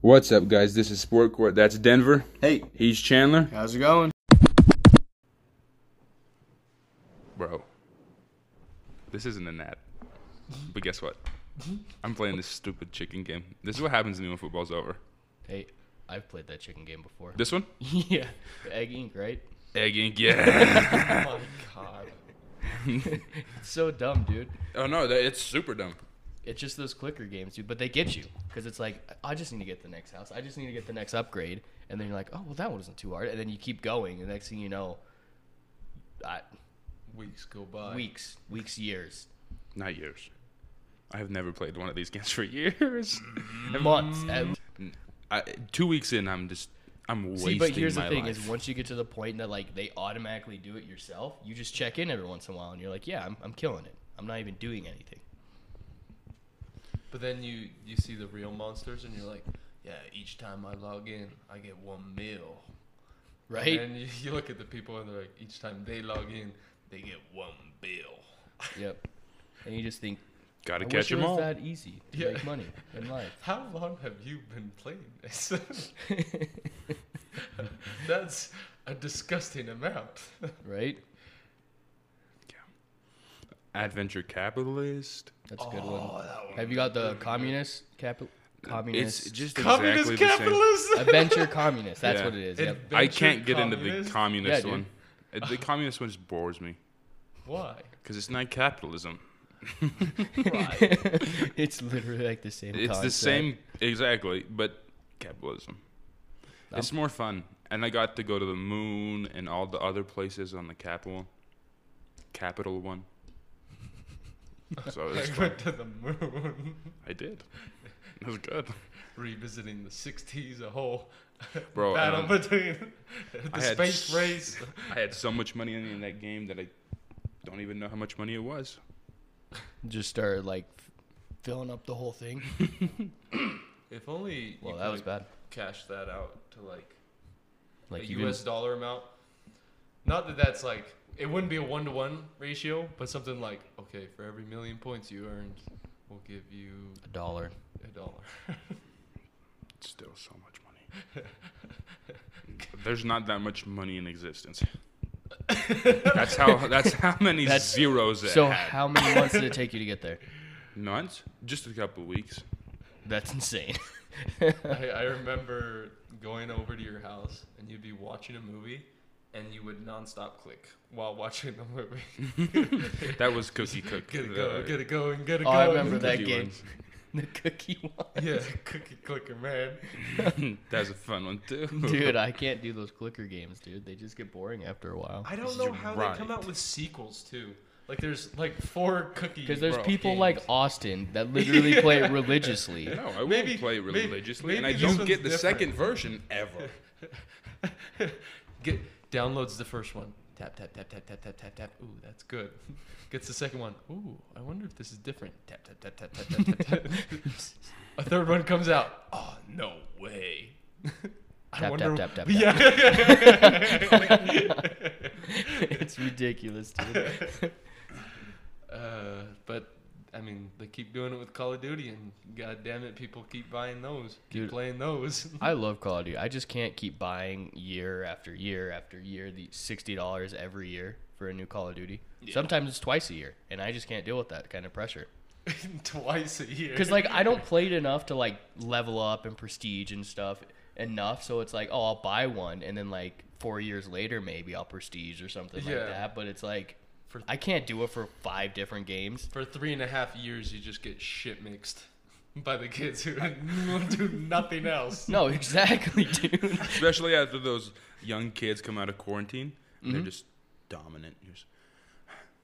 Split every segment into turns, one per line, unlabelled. What's up, guys? This is Sport Court. That's Denver.
Hey,
He's Chandler.
how's it going?
Bro, this isn't an ad. But guess what? I'm playing this stupid chicken game. This is what happens to me when football's over.
Hey, I've played that chicken game before.
This one?
yeah, Egg Inc. Right?
Egg Inc. Yeah.
Oh my god, it's so dumb, dude.
oh no, that, it's super dumb.
It's just those clicker games, dude. But they get you because it's like I just need to get the next house. I just need to get the next upgrade, and then you're like, oh well, that one wasn't too hard, and then you keep going, and next thing you know, I,
Weeks go by.
weeks, weeks, years,
Not yours. I have never played one of these games for years.
months. At,
I, two weeks in, I'm just I'm wasting
see, but here's the
my
thing:
life.
is once you get to the point that like they automatically do it yourself, you just check in every once in a while, and you're like, yeah, I'm, I'm killing it. I'm not even doing anything.
But then you you see the real monsters and you're like, yeah. Each time I log in, I get one meal.
Right?
And then you, you look at the people and they're like, each time they log in, they get one bill.
Yep. And you just think,
Gotta
I
catch
wish it
them
was
all.
that easy to
Yeah.
make money in life.
How long have you been playing this? That's a disgusting amount.
right?
Adventure capitalist.
That's a good one.
Oh, that one.
Have you got the communist capital? Communist.
It's just
Communist
exactly the same.
capitalism.
adventure communist. That's
Yeah.
what it is.
Ad-
Yep.
I can't get into the
communist?
communist
Yeah,
one. Uh, The communist one just bores me
Why?
because it's not capitalism.
it's literally like the same.
It's the
concept.
same exactly, but capitalism. It's more fun, and I got to go to the moon and all the other places on the capital, capital one. So it was
I
fun.
went to the moon.
I did. It was good.
Revisiting the '60s, a whole
Bro,
battle
um,
between the
I had
space
s-
race.
I had so much money in that game that I don't even know how much money it was.
Just started like f- filling up the whole thing.
If only
Well,
you
that
could,
was
like,
bad.
Cash that out to like,
Like
a
you
U.S.
didn't-
dollar amount. Not that that's like it wouldn't be a one-to-one ratio, but something like okay, for every million points you earned, we'll give you
a dollar.
a dollar.
Still so much money. There's not that much money in existence. that's how. That's how many
That's-
zeros it
So
had.
how many months did it take you to get there?
Months? Just a couple weeks.
That's insane.
I, I remember going over to your house and you'd be watching a movie, and you would nonstop click while watching the movie.
That was cookie cook.
Get it
uh,
going, get it going, get it
oh,
going.
I remember that
cookie
game.
ones.
The cookie one.
Yeah, cookie clicker man.
that was a fun one too.
Dude, I can't do those clicker games, dude. They just get boring after a while.
I don't
You're
know how they come
right.
out with sequels too. Like there's like four cookie.
Because there's
bro,
people
games.
like Austin that literally play it religiously.
no, I
Maybe-
will play
maybe-
religiously, and I
maybe
don't
this
get the
one's
second version ever.
Get downloads the first one. Tap tap tap tap tap tap tap tap. Ooh, that's good. Gets the second one. Ooh, I wonder if this is different. Tap tap tap tap tap tap tap. tap. A third one comes out. Oh no way. I
Tap,
wonder-
tap, tap, tap,
Yeah.
it's ridiculous, dude.
Uh, but I mean, they keep doing it with Call of Duty, and God damn it, people keep buying those, keep
Dude.
playing those.
I love Call of Duty. I just can't keep buying year after year after year the sixty dollars every year for a new Call of Duty. Sometimes it's twice a year, and I just can't deal with that kind of pressure.
Twice a year.
Because like I don't play it enough to like level up and prestige and stuff enough, so it's like oh I'll buy one, and then like four years later maybe I'll prestige or something
Yeah.
like that. But it's like
For-
I can't do it for five different games.
for three and a half years, you just get shit mixed by the kids who do nothing else.
No, exactly, dude.
Especially after those young kids come out of quarantine, and they're just dominant. You're just-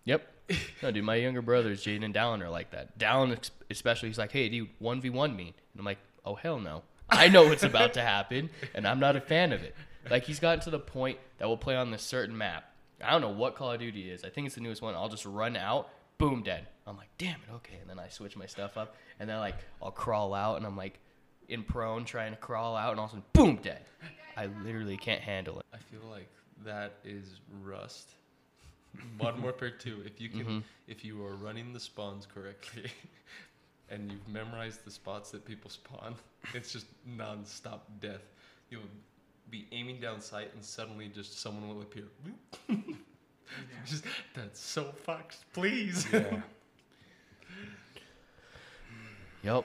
Yep. No, dude, my younger brothers, Jaden and Dallin, are like that. Dallin, ex- especially, he's like, hey, dude, 1v1 me. And I'm like, oh, hell no. I know what's about to happen, and I'm not a fan of it. Like, he's gotten to the point that we'll play on this certain map. I don't know what Call of Duty is. I think it's the newest one. I'll just run out, boom, dead. I'm like, damn it, okay. And then I switch my stuff up, and then, like, I'll crawl out, and I'm like, in prone, trying to crawl out, and all of a sudden, boom, dead. I literally can't handle it.
I feel like that is Rust. Modern Warfare 2. If you can, if you are running the spawns correctly, and you've memorized the spots that people spawn, it's just nonstop death. You'll be aiming down sight, and suddenly just someone will appear. just that's so fucked. Please.
Yeah.
Yep.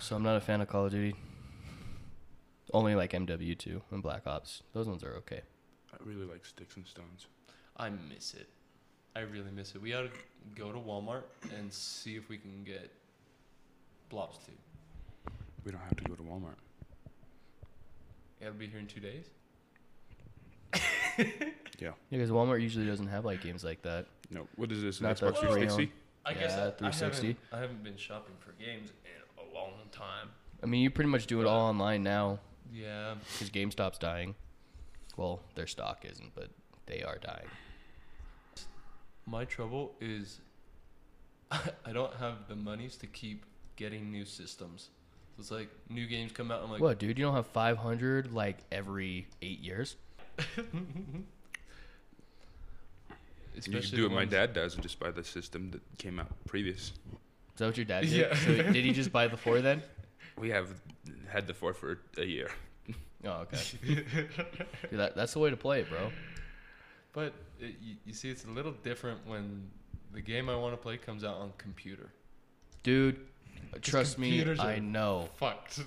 So I'm not a fan of Call of Duty. Only like MW2 and Black Ops. Those ones are okay.
I really like sticks and stones.
I miss it. I really miss it. We ought to go to Walmart and see if we can get Blobs 2.
We don't have to go to Walmart.
It'll be here in two days.
Yeah, because Walmart usually doesn't have like games like that.
No. What is this? An
Not that
Xbox
free
360?
I guess
Yeah,
I,
360.
I haven't, I haven't been shopping for games in a long time.
I mean, you pretty much do it all online now
Yeah.
because GameStop's dying. Well, their stock isn't, but they are dying.
My trouble is I don't have the monies to keep getting new systems. So it's like new games come out. I'm like,
what, dude? You don't have 500 like every eight years?
You
especially
can do
the
what my
ones-
dad does and just buy the system that came out previous.
Is that what your dad did?
Yeah.
So did he just buy the four then?
We have had the four for a year.
Oh, okay. Dude, that, that's the way to play it, bro.
But it, you, you see, it's a little different when the game I want to play comes out on computer.
Dude, trust me,
computers
I
are-
know.
Fucked.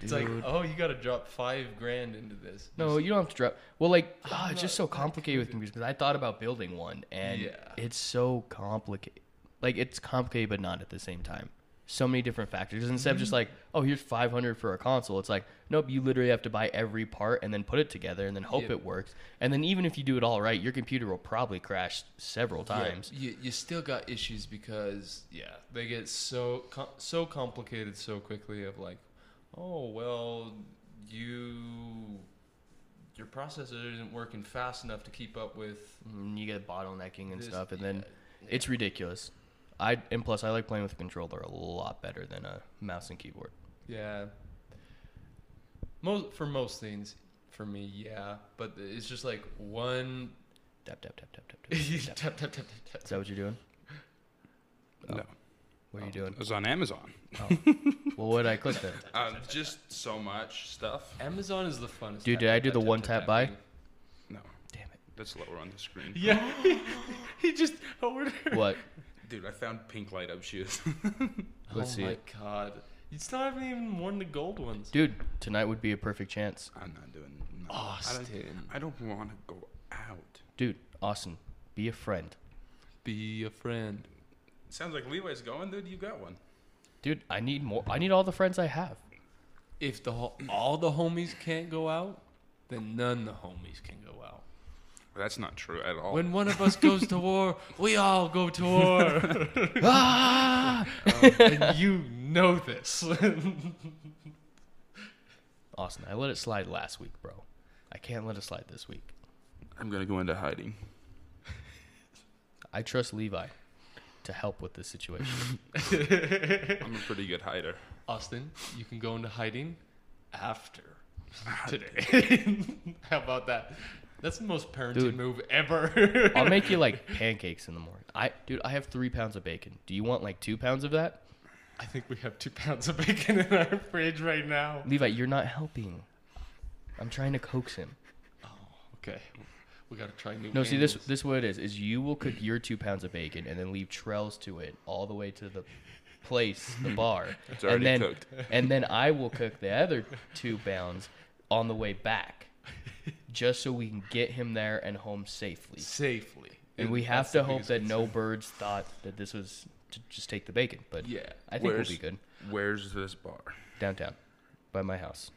it's like,
Dude.
oh, you got to drop five grand into this.
No, you don't have to drop. Well, like, ah, it's
not
just so
that
complicated with computers because I thought about building one, and
Yeah.
it's so complicated. Like, it's complicated, but not at the same time. So many different factors. Instead of just like, oh, here's 500 for a console, it's like, nope, you literally have to buy every part and then put it together and then hope
Yeah.
it works. And then even if you do it all right, your computer will probably crash several
Yeah,
times.
you, you still got issues because yeah, they get so com- so complicated so quickly. Of like, oh well, you your processor isn't working fast enough to keep up with
And you get bottlenecking and
this-
stuff, and then
yeah,
it's ridiculous. I and plus I like playing with a controller a lot better than a mouse and keyboard.
Yeah. Most for most things, for me, yeah. But it's just like one.
Tap tap tap tap tap tap.
tap, tap, tap, tap, tap.
Is that what you're doing? Oh.
No.
What are you
It
doing?
was on Amazon.
well, what did I click then?
Um, just so much stuff.
Amazon is the funnest.
Dude,
tap,
did I
tap,
do the one tap buy?
tapping.
No,
Damn it.
that's lower on the screen.
Yeah. he just over
What?
Dude, I found pink light up shoes.
Let's
oh
see
my
it.
god. You still haven't even worn the gold ones.
Dude, tonight would be a perfect chance.
I'm not doing. No.
Oh,
I don't,
Austin.
I don't want to go out.
Dude, Austin, be a friend.
Be a friend.
Sounds like Levi's going, dude. You got one.
Dude, I need more. I need all the friends I have.
If the ho- all the homies can't go out, then none the homies can go out.
That's not true at all.
When one of us goes to war, we all go to war.
ah!
and you know this.
Austin, I let it slide last week, bro. I can't let it slide this week.
I'm gonna go into hiding.
I trust Levi to help with this situation.
I'm a pretty good hider.
Austin, you can go into hiding after today. How about that? That's the most parenting
Dude.
move ever.
I'll make you like pancakes in the morning. I, dude, I have three pounds of bacon. Do you want like two pounds of that?
I think we have two pounds of bacon in our fridge right now.
Levi, you're not helping. I'm trying to coax him.
Okay, we gotta try new.
No, see this
angles.
this what it is is you will cook your two pounds of bacon and then leave trails to it all the way to the place, the bar,
It's
and
already
then
cooked.
and then I will cook the other two pounds on the way back, just so we can get him there and home safely.
safely,
And we
that's
have
the
to hope
biggest
that no
concern.
birds thought that this was to just take the bacon, but
Yeah,
I think
Where's-
we'll be good
Where's this bar?
downtown by my house.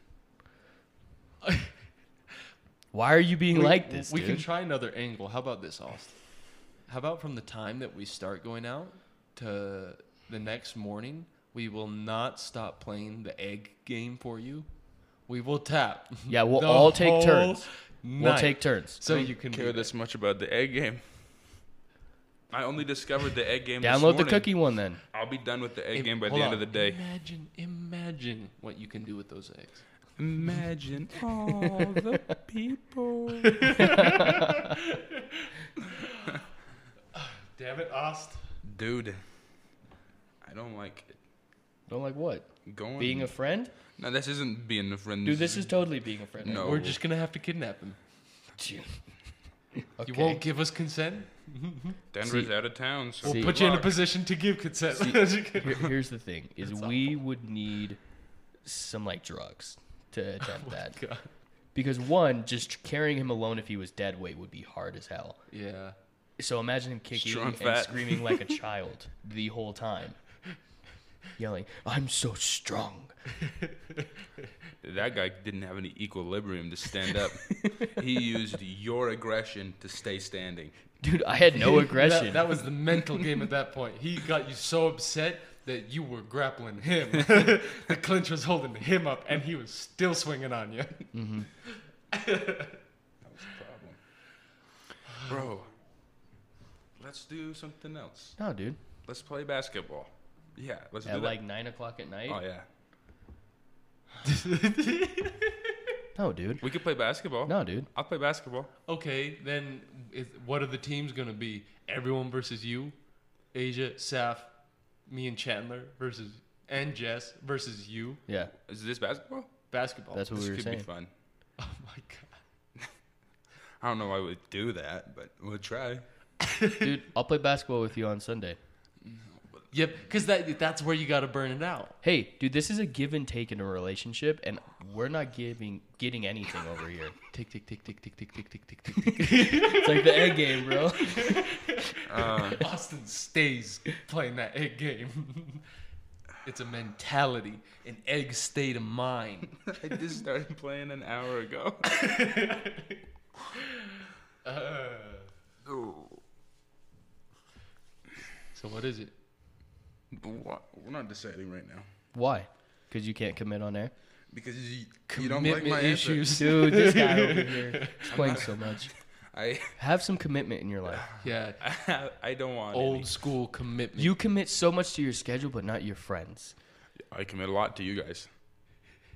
Why are you being
We-
like this?
We can
dude?
try another angle. How about this, Austin? How about from the time that we start going out to the next morning, we will not stop playing the egg game for you. We will tap.
Yeah, we'll
the
all take
whole
turns. we'll
night.
take turns.
So
I don't
you can
care
do
this much about the egg game. I only discovered the egg game. this
Download the
morning.
cookie one then.
I'll be done with the egg
Im-
game by the
hold
end of
on.
the day.
Imagine, imagine what you can do with those eggs.
Imagine all the people.
Damn it, Ost.
Dude, I don't like it.
I'm like, what?
Going.
Being a friend?
no, this isn't being a friend.
Dude, this is totally being a friend.
No.
We're just gonna have to kidnap him.
Dude.
You
Okay.
won't give us consent.
Denver's
See-
out of town, so
We'll
See-
put you in a
Fuck.
position to give consent.
Here- here's the thing: is
That's
we would need some like drugs to attempt that
God.
because one, just carrying him alone if he was dead weight would be hard as hell.
Yeah.
So imagine him kicking
Strong
and
fat.
screaming like a child the whole time, yelling, "I'm so strong."
That guy didn't have any equilibrium to stand up. he used your aggression to stay standing.
Dude, I had no aggression.
That, that was the mental game at that point. He got you so upset that you were grappling him. the clinch was holding him up, and he was still swinging on you.
That was the problem. Bro, let's do something else.
no, dude.
Let's play basketball. Yeah, let's do
At
that.
like nine o'clock at night.
oh yeah,
No, dude.
we could play basketball.
No, dude.
I'll play basketball.
Okay, then is, what are the teams gonna be? Everyone versus you, Asia, Saf, me and Chandler versus and Jess versus you.
Yeah,
Is this basketball?
Basketball.
that's what
Oh, this
we were
could be fun.
saying.
oh my god.
I don't know why we'd do that, but we'll try.
Dude, I'll play basketball with you on Sunday.
Yep, because that that's where you gotta burn it out.
Hey, dude, this is a give and take in a relationship, and we're not giving getting anything over here.
Tick tick tick tick tick tick tick tick tick tick. tick.
It's like the egg game, bro.
Austin stays playing that egg game. it's a mentality, an egg state of mind.
I just started playing an hour ago.
Uh,
Ooh.
so what is it?
But what? We're not deciding right now
Why? Because you can't commit on air,
because you, you don't like my
Commitment
answer.
issues.
dude. This guy over here explains so much.
I
Have some commitment in your life.
Ah,
Yeah,
I don't want
old school commitment.
You commit so much to your schedule, but not your friends.
Any. I commit a lot to you guys.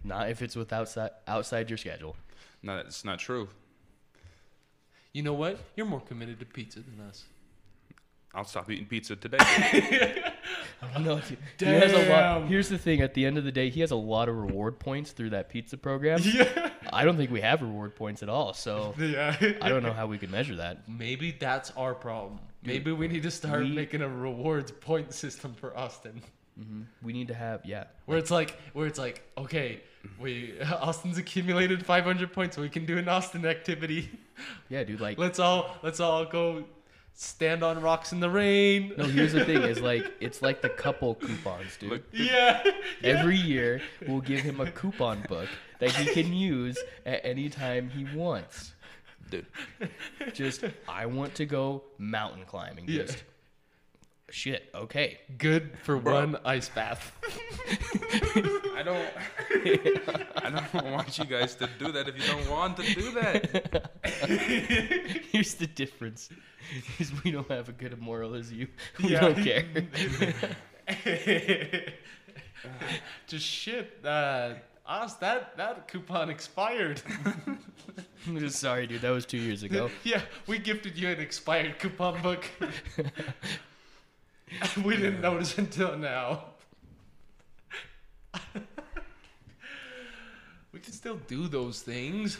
Not if it's with outside outside your schedule.
No, that's not true.
You know what? You're more committed to pizza than us.
I'll stop eating pizza today.
No, dude. He has a lot.
Damn.
Here's the thing: at the end of the day, he has a lot of reward points through that pizza program. Yeah. I don't think we have reward points at all, so
Yeah.
I don't know how we could measure that.
Maybe that's our problem. Maybe we need to start
we-
making a rewards point system for Austin,
We need to have, yeah.
where it's like, where it's like, okay, we Austin's accumulated 500 points, we can do an Austin activity.
Yeah, dude, like
Let's all let's all go stand on rocks in the rain.
no, here's the thing is like it's like the couple coupons, dude.
Look,
Yeah.
Every year we'll give him a coupon book that he can use at any time he wants.
dude,
Just I want to go mountain climbing.
Yeah.
Just shit, okay.
Good for one ice bath.
I don't. I don't want you guys to do that if you don't want to do that.
Here's the difference. Is we don't have a good moral as you. We
Yeah.
don't care.
Just shit. Uh, us that that coupon expired.
I'm just sorry, dude. That was two years ago.
yeah, we gifted you an expired coupon book. we didn't notice until now. we can still do those things.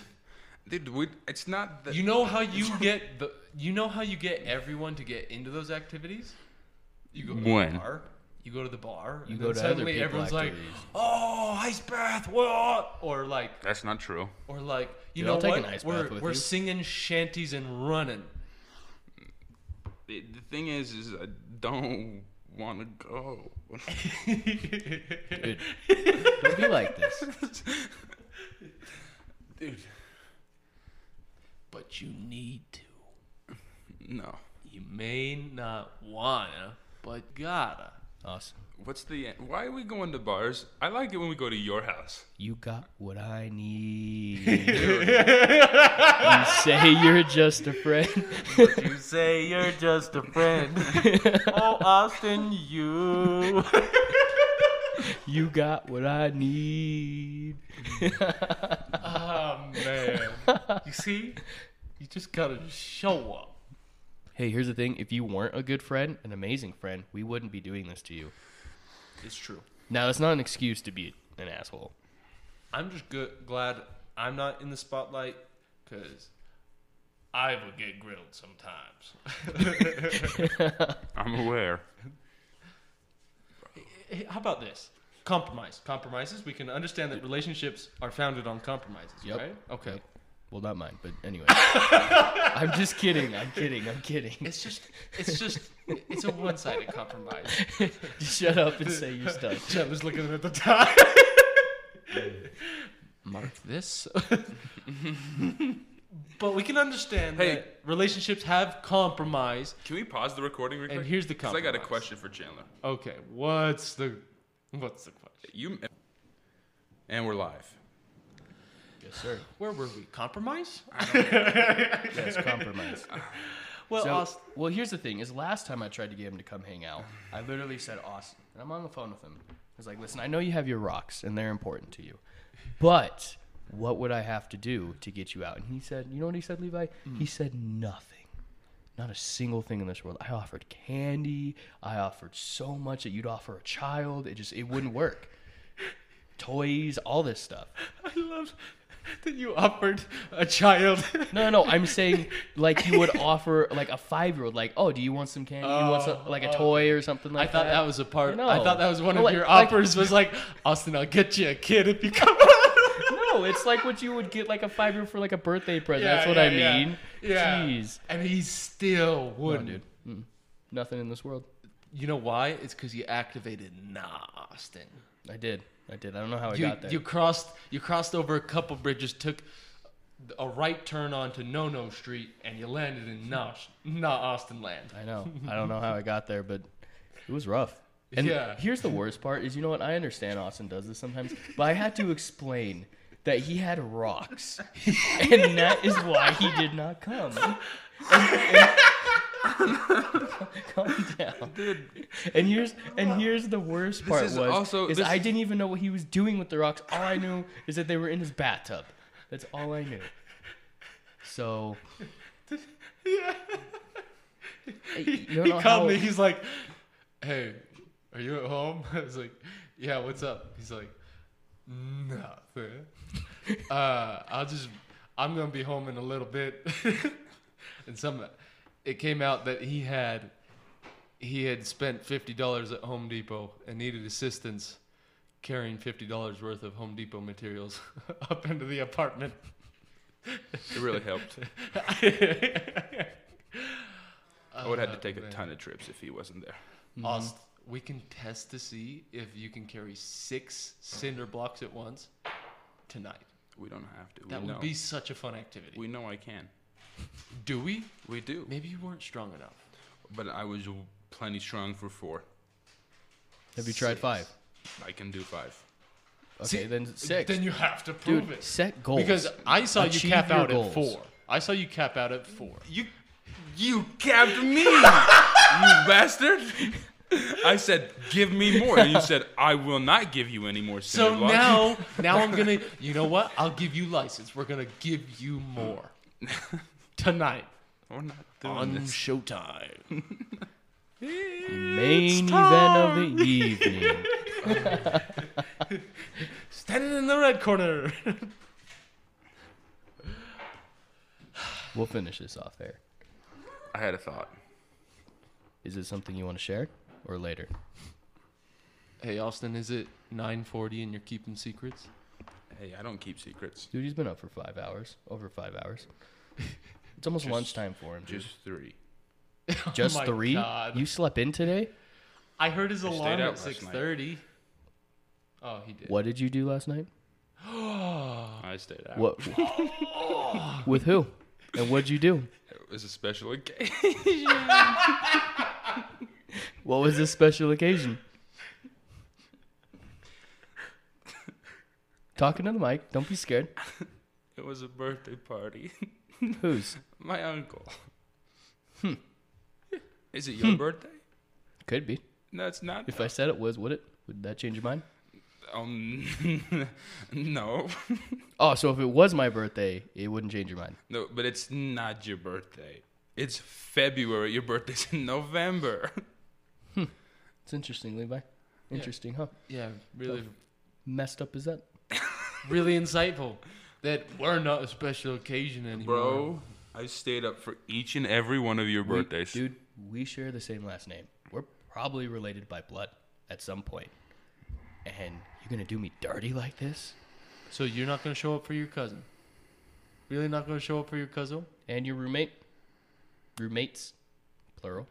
Dude, we, it's not that.
You know how you get the you know how you get everyone to get into those activities? You go to
When?
the bar. You go to the bar.
You
and
go
then
to other
suddenly
people
everyone's like,
activities.
"Oh, ice bath, what?" Or like,
That's not true.
or like, you
Dude,
know
I'll take
what?
an ice
we're
bath with
we're
you.
singing shanties and running.
The, the thing is, is I don't want to go.
Dude, don't be like this.
Dude,
but you need to.
no.
You may not wanna, but gotta.
Awesome.
What's the? Why are we going to bars? I like it when we go to your house.
You got what I need. you say you're just a friend.
You say you're just a friend. oh, Austin, you.
You got what I need.
Oh man. you see? You just gotta show up.
Hey, here's the thing. If you weren't a good friend, an amazing friend, we wouldn't be doing this to you.
It's true.
Now that's not an excuse to be an asshole.
I'm just good, glad I'm not in the spotlight because I would get grilled sometimes.
I'm aware.
Hey, How about this? Compromise. Compromises. We can understand that relationships are founded on compromises,
Yep.
right? Okay.
Well, not mine, but anyway. I'm just kidding. I'm kidding. I'm kidding.
It's just, it's just, it's a one-sided compromise.
Just shut up and say your stuff.
I was looking at the time. Mark this. but we can understand
Hey.
that relationships have compromise.
Can we pause the recording real
And
quick?
here's the
'Cause I got a
compromise.
question for Chandler.
Okay, what's the, what's the question?
You and we're live.
Yes, sir.
Where were we? Compromise?
Yes, compromise.
Well,
So,
Aust-
well, here's the thing: is last time I tried to get him to come hang out, I literally said Austin, and I'm on the phone with him. I was like, "Listen, I know you have your rocks, and they're important to you, but what would I have to do to get you out?" And he said, "You know what he said, Levi?
Hmm.
He said nothing, not a single thing in this world. I offered candy, I offered so much that you'd offer a child. It just it wouldn't work. Toys, all this stuff.
I love that you offered a child.
No, no, no. I'm saying like you would offer like a five year old, like, oh, do you want some candy? you want some, like a toy or something
Uh, I
like
thought that was a part. I
No.
thought that was one
Like-
of your
like-
offers. was like, Austin, I'll get you a kid if you come.
no, it's like what you would get like a five year old for like a birthday present.
Yeah,
That's what
yeah,
I
yeah.
mean.
Yeah.
Jeez.
and he still
No,
wouldn't.
dude. Mm. Nothing in this world.
You know why? It's because you activated nah, Austin.
I did. I did. I don't know how I
You,
got there.
you crossed you crossed over a couple bridges, took a right turn onto No No Street, and you landed in nah, nah Austin land.
I know. I don't know how I got there, but it was rough. And
Yeah.
here's the worst part is you know what? I understand Austin does this sometimes, but I had to explain that he had rocks. and that is why he did not come. And- and- calm down. And here's and here's the worst part
is
was
also-
is
this
I
is-
didn't even know what he was doing with the rocks. All I knew is that they were in his bathtub. That's all I knew. So yeah. You don't
he
know
called
how-
me. He's like, "Hey, are you at home?" I was like, "Yeah, what's up?" He's like, "Nothing. uh, I'll just, I'm gonna be home in a little bit." and some, it came out that he had, he had spent fifty dollars at Home Depot and needed assistance carrying fifty dollars worth of Home Depot materials up into the apartment.
It really helped. I would have
Uh,
had to take a ton of trips if he wasn't there.
Aust, we can test to see if you can carry six cinder blocks at once tonight.
We don't have to. We
That
know.
would be such a fun activity.
We know I can.
Do we?
We do.
Maybe you weren't strong enough.
But I was plenty strong for four.
Have you tried
Six.
five?
I can do five.
Okay,
See,
then six.
Then you have to prove
Dude,
it.
set goals.
Because I saw you
Achieve
cap
your
out at
goals.
four. I saw you cap out at four.
You, you capped me, you bastard. I said, give me more. And you said, I will not give you any more
So
cinder blocks.
now, now I'm gonna. You know what? I'll give you license. We're gonna give you more tonight
We're not doing
on
this.
Showtime.
main event of the evening.
Standing in the red corner.
we'll finish this off air.
I had a thought.
Is it something you want to share or later?
Hey Austin, is it 9:40 and you're keeping secrets?
Hey, I don't keep secrets.
Dude, he's been up for five hours, over five hours. It's almost lunchtime for him. Dude.
Just three.
Just
Oh my
three?
God.
You slept in today?
I heard his alarm
out
at
last night.
6:30. Oh, he did.
What did you do last night?
I stayed out.
What? with who? And what'd you do?
It was a special occasion.
What was this special occasion? Talking to the mic. Don't be scared.
It was a birthday party.
Whose?
My uncle. Hmm. Is it your birthday?
Could be.
No, it's not.
If I said it was, would it? Would that change your mind?
Um, no,
Oh, so if it was my birthday, it wouldn't change your mind.
no, but it's not your birthday. It's February. Your birthday's in November.
It's interesting, Levi. Interesting, huh?
Yeah, really,
Messed up is that?
really insightful. That we're not a special occasion anymore,
Bro, I stayed up for each and every one of your
We-
birthdays.
dude, we share the same last name. We're probably related by blood at some point. And you're gonna do me dirty like this?
So you're not gonna show up for your cousin? Really not gonna show up for your cousin?
And your roommate? Roommates? Plural.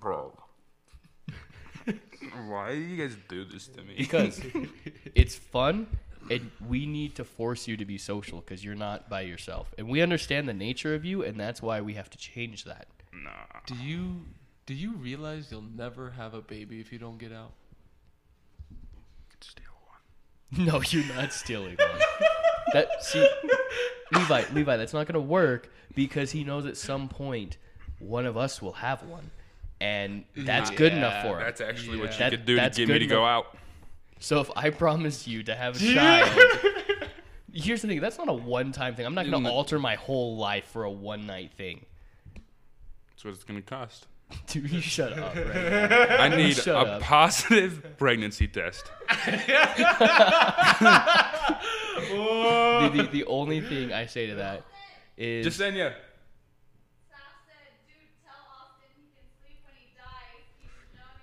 Bro. Why do you guys do this to me?
Because it's fun and we need to force you to be social because you're not by yourself. And we understand the nature of you and that's why we have to change that.
Nah.
Do you do you realize you'll never have a baby if you don't get out?
Steal one.
No, you're not stealing one. That see, Levi, Levi, that's not gonna work because he knows at some point one of us will have one, and that's good enough
Yeah,
for him.
That's actually what you
That-
could do to
that's
get me
good
to go out.
So if I promise you to have a child, here's the thing: that's not a one-time thing. I'm not gonna
Dude,
alter my whole life for a one-night thing.
That's what it's going to cost.
Dude, you shut up. Right?
I need
Shut
a
up.
positive pregnancy test.
The, the, the only thing I say to that is
Jasenia.
Saf said, dude, tell Austin he can sleep when he dies. He's young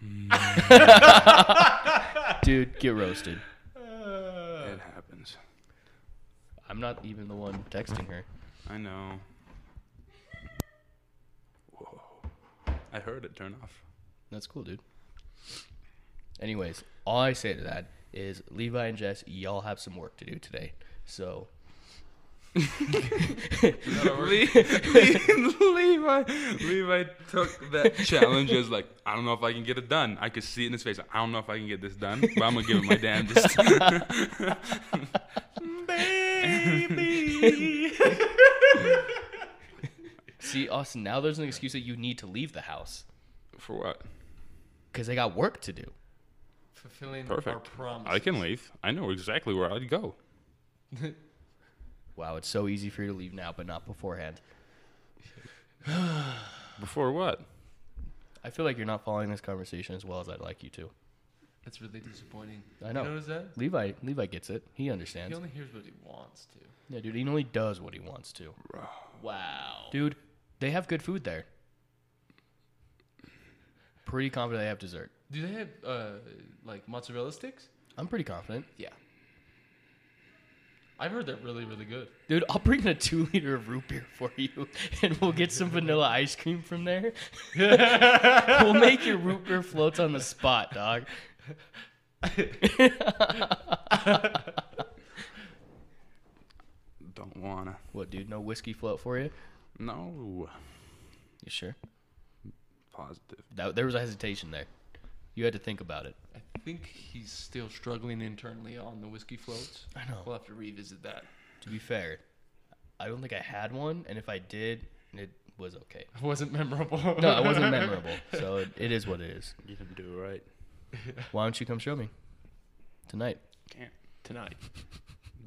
and should go have some fucking fun.
dude, get roasted.
It happens.
I'm not even the one texting her.
I know. Whoa. I heard it turn off.
That's cool, dude. Anyways, all I say to that is Levi and Jess, y'all have some work to do today. So
Le- Le- Levi, Levi took that challenge as like, I don't know if I can get it done. I could see it in his face. I don't know if I can get this done, but I'm gonna give it my damnedest.
see, Austin, now there's an excuse that you need to leave the house
For what?
because they got work to do.
Fulfilling our
Perfect.
promise.
I can leave. I know exactly where I'd go.
Wow, it's so easy for you to leave now, but not beforehand.
Before what?
I feel like you're not following this conversation as well as I'd like you to.
That's really disappointing.
I know.
You notice that?
Levi, Levi gets it. He
He
understands.
only hears what he wants to.
Yeah, dude, he only does what he wants to.
Wow.
Dude, they have good food there. Pretty confident they have dessert.
Do they have uh like mozzarella sticks?
I'm pretty confident.
Yeah. I've heard they're really, really good.
Dude, I'll bring a two liter of root beer for you, and we'll get some vanilla ice cream from there. we'll make your root beer floats on the spot, dog.
Don't wanna.
What, dude? No whiskey float for you?
No.
You sure?
Positive.
That, there was a hesitation there. You had to think about it.
I think he's still struggling internally on the whiskey floats.
I know.
We'll have to revisit that.
To be fair, I don't think I had one, and if I did, it was okay.
It wasn't memorable.
No, it wasn't memorable, so it, it is what it is.
You can do it right.
Why don't you come show me tonight?
Can't.
Tonight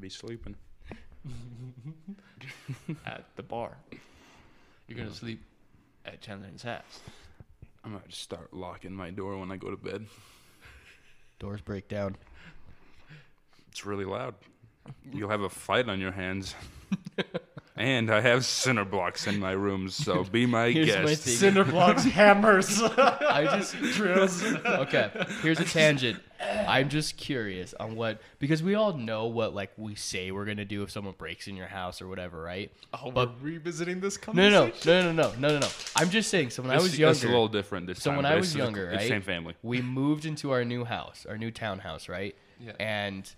Be sleeping.
at the bar. You're gonna sleep at Chandler's house.
I'm gonna just start locking my door when I go to bed.
Doors break down.
It's really loud. You'll have a fight on your hands. and I have cinder blocks in my rooms, so be my
Here's my
guest.
thing.
blocks, hammers,
I just
drills.
okay, here's a tangent. I'm just curious on what because we all know what like we say we're gonna do if someone breaks in your house or whatever, right?
Oh,
But-
we're revisiting this
No,
conversation.
no, no, no, no, no, no, no, no. I'm just saying. So when I
It's-
was younger,
It's a little different this
so
time.
when
but
I
it's
was
the-
younger,
it's
right?
same family.
We moved into our new house, our new townhouse, right?
Yeah.
And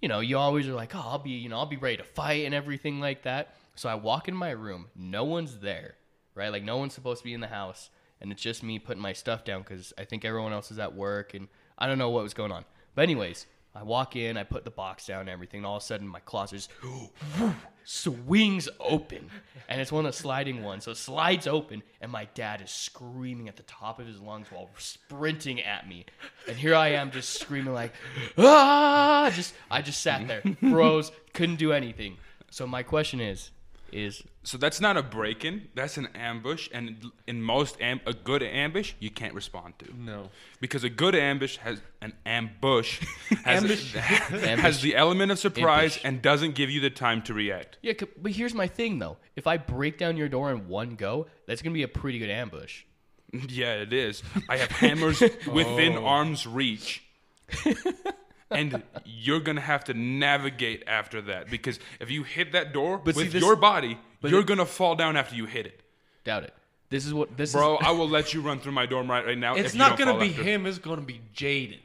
you know, you always are like, oh, I'll be, you know, I'll be ready to fight and everything like that. So I walk in my room, no one's there, right? Like no one's supposed to be in the house, and it's just me putting my stuff down because I think everyone else is at work, and I don't know what was going on. But anyways, I walk in, I put the box down and everything, and all of a sudden my closet just swings open. And it's one of the sliding ones. So it slides open, and my dad is screaming at the top of his lungs while sprinting at me. And here I am just screaming like, ah! Just I just sat there, froze, couldn't do anything. So my question is, is
So that's not a break-in. That's an ambush, and in most am- a good ambush, you can't respond to
No.
because a good ambush has an ambush has,
Ambush.
has the element of surprise
Ambush.
and doesn't give you the time to react.
yeah, c- but here's my thing though. If I break down your door in one go, that's gonna be a pretty good ambush.
Yeah, it is. I have hammers within
Oh.
arm's reach. and you're gonna have to navigate after that because if you hit that door
But see,
with
this-
your body,
but
you're
it-
gonna fall down after you hit it,
Doubt it. This is what this
bro.
is.
I will let you run through my dorm right, right now.
It's
if you don't
not going to
fall
be
after.
him. It's going to be Jaden.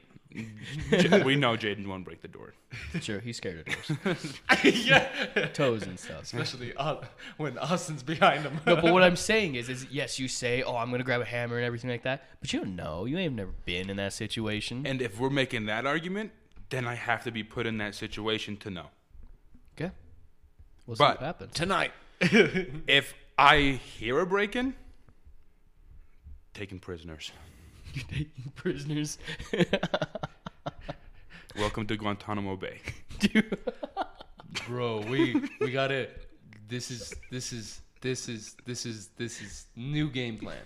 J- we know Jaden won't break the door.
Sure, he's scared of doors,
yeah.
toes and stuff.
Especially uh, when Austin's behind him.
No, but what I'm saying is, is yes, you say, oh, I'm gonna grab a hammer and everything like that, but you don't know. You ain't never been in that situation.
And if we're making that argument, then I have to be put in that situation to know.
Okay. We'll see
But-
what happens.
Tonight.
If I hear a break in, taking prisoners.
You're taking prisoners,
Welcome to Guantanamo Bay.
dude.
Bro, we we got to This is this is this is this is this is new game plan.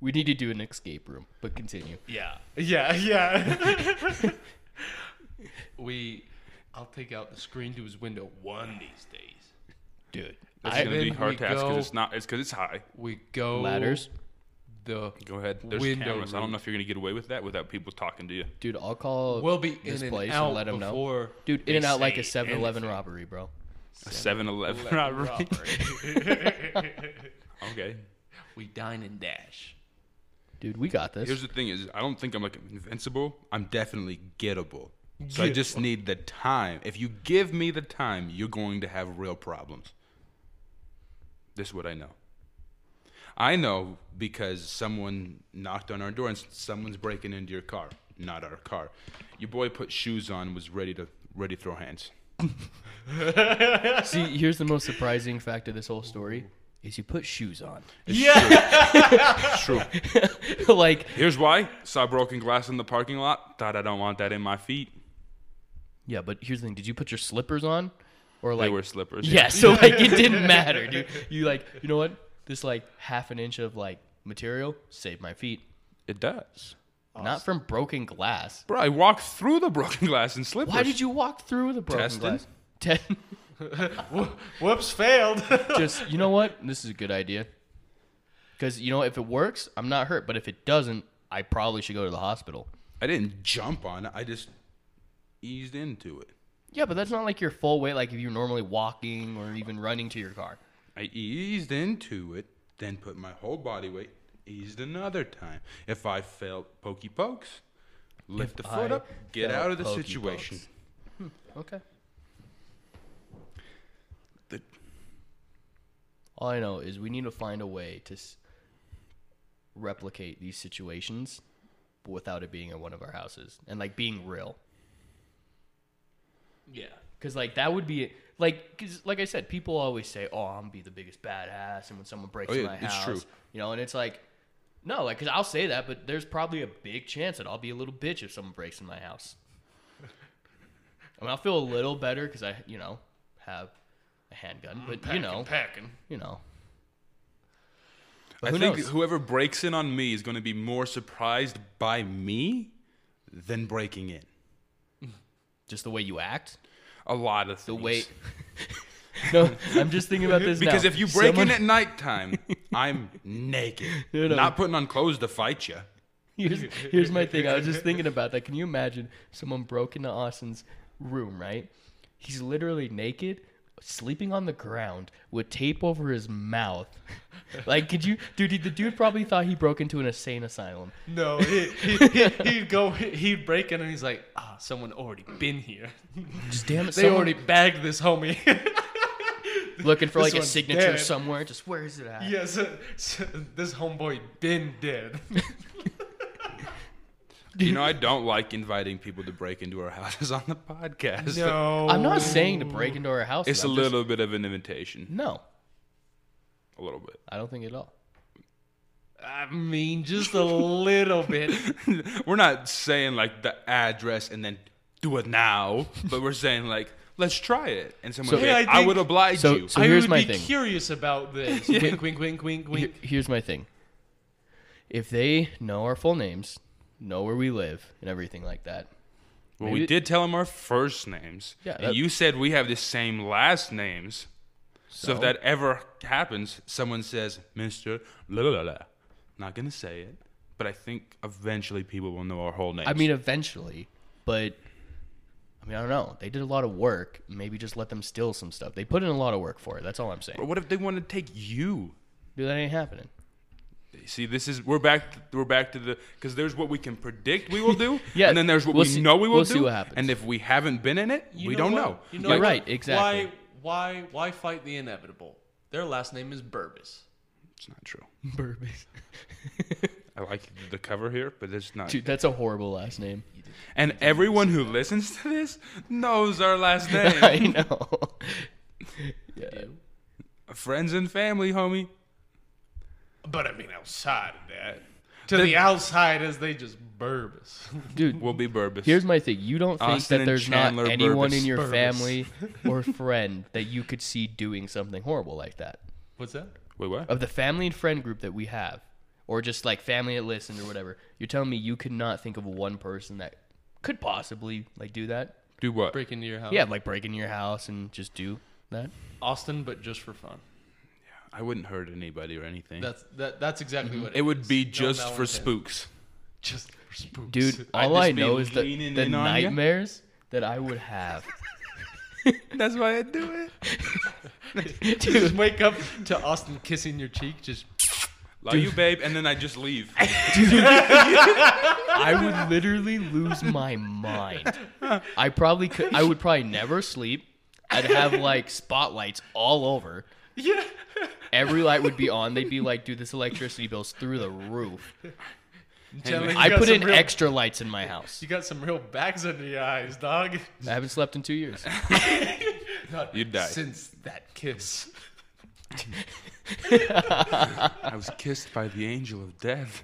We need to do an escape room, but continue.
Yeah. Yeah, yeah. we I'll take out the screen to his window one these days.
Dude,
It's
I-
gonna be
Then we
hard task because
go-
it's not. It's because it's high.
We go
ladders.
the
Go ahead. There's
Window
cameras. I
room.
don't know if you're gonna get away with that without people talking to you.
Dude, I'll call
We'll be
this
in and
place
out
and let them know.
before
Dude, in
they
and out like a
say
7 Eleven
anything.
robbery, bro.
A 7-Eleven robbery.
Robbery.
Okay.
we dine and dash.
Dude, we got this.
Here's the thing: is I don't think I'm like invincible. I'm definitely gettable. So I just need the time. If you give me the time, you're going to have real problems. This is what I know. I know because someone knocked on our door and s- someone's breaking into your car. Not our car. Your boy put shoes on, was ready to ready to throw hands.
See, here's the most surprising fact of this whole story is you put shoes on.
It's true.
like,
Here's why. Saw broken glass in the parking lot. Thought I don't want that in my feet.
yeah, but here's the thing. Did you put your slippers on? Or
They
like
were slippers.
Yeah, so like it didn't matter, dude. You like, you know what? This like half an inch of like material saved my feet.
It does.
Not from broken glass.
Bro, I walked through the broken glass in slippers.
Why did you walk through the broken
Testing?
glass? Te-
Whoops, failed.
just you know what? This is a good idea. Cause you know, if it works, I'm not hurt. But if it doesn't, I probably should go to the hospital.
I didn't jump on it. I just eased into it.
Yeah, but that's not like your full weight, like if you're normally walking or even running to your car.
I eased into it, then put my whole body weight, eased another time. If I felt pokey pokes, lift the foot
I
up, get
felt
out of the
pokey
situation.
pokes. Okay.
The-
All I know is we need to find a way to s- replicate these situations without it being in one of our houses and like being real.
yeah.
Cause like that would be like, cause like I said, people always say, "Oh, I'm gonna be the biggest badass," and when someone breaks
Oh,
in
yeah,
my
it's
house,
true.
you know, and it's like, no, like, cause I'll say that, but there's probably a big chance that I'll be a little bitch if someone breaks in my house. I mean, I'll feel a little better because I, you know, have a handgun, but you know,
packing.
you know,
I
who
think
knows?
whoever breaks in on me is going to be more surprised by me than breaking in.
just the way you act,
A lot of things.
the way. no, I'm just thinking about this
Because
now.
if you break
Someone-
in at nighttime, I'm naked.
No, no.
Not putting on clothes to fight you.
here's, here's my thing. I was just thinking about that. Can you imagine someone broke into Austin's room, right? He's literally naked, sleeping on the ground with tape over his mouth. Like, could you, dude? The dude probably thought he broke into an insane asylum.
No, he, he, he, he'd go, he'd break in and he's like, ah, someone already been here.
Just damn it,
They
someone
already bagged this homie.
looking for
this
like a
one's
signature
dead.
somewhere. Just where is it at?
yeah, so, so this homeboy been dead.
You know, I don't like inviting people to break into our houses on the podcast.
No.
I'm not saying to break into our house.
It's
I'm
a
just-
little bit of an invitation.
no,
A little bit.
I don't think at all.
I mean, just a little bit.
we're not saying like the address and then do it now, but we're saying like let's try it. And someone,
So-
hey,
Yeah, I
I,
think-
would oblige
so-
you.
so-
I
here's
would
my
be
thing.
curious about this. wink, wink, wink, wink,
Here-
wink.
here's my thing. If they know our full names, know where we live, and everything like that,
well,
maybe-
we did tell them our first names.
Yeah,
and
that-
you said we have the same last names. So, if
So?
that ever happens, someone says, Mister, la la la la. Not gonna say it, but I think eventually people will know our whole names.
I mean, eventually, but I mean, I don't know. They did a lot of work. Maybe just let them steal some stuff. They put in a lot of work for it. That's all I'm
but
saying.
what if they want to take you?
Dude, that ain't happening.
See, this is we're back. we're back to the because there's what we can predict we will do,
Yeah,
and then there's what
we'll
we
see-
know we will
we'll
do.
see what happens.
And if we haven't been in it,
You
we don't
what?
know.
You know
You're
what?
right, exactly.
Why, why, why fight the inevitable? Their last name is Burbis.
It's not true.
Bourbon.
I like the cover here, but it's not.
Dude, that's a horrible last name.
and everyone who listens to this knows our last
I
name.
know. yeah.
Friends and family, homie.
But I mean, outside of that, to the, outside, as they just Burbis.
Dude,
We'll be Burbus.
here's my thing. You don't think
Austin
that
and
there's not
Chandler
anyone
Burbis.
in your
Burbis.
family or friend that you could see doing something horrible like that?
What's that?
Wait, what?
Of the family and friend group that we have, or just like family that listens or whatever, you're telling me you could not think of one person that could possibly like do that?
Do what?
Break into your house.
Yeah, like break into your house and just do that.
Austin, but just for fun.
I wouldn't hurt anybody or anything.
That's that. That's exactly
Mm-hmm.
what
it would be
is. No
just for
malintent.
spooks.
Just for spooks,
Dude,
I'd
all I
just be
know is the,
leaning
the
in on ya.
nightmares that I would have.
That's why I do it.
Just wake up to Austin kissing your cheek. Just
Love you, babe, and then I just leave.
I would literally lose my mind. I probably could. I would probably never sleep. I'd have like spotlights all over.
yeah.
Every light would be on. They'd be like, "Dude, this electricity bill's through the roof."
Chandler, you
I
got
put
some
in
real-
extra lights in my house.
You got some real bags under your eyes, dog.
I haven't slept in two years.
Not
You'd die.
since that kiss.
I was kissed by the angel of death.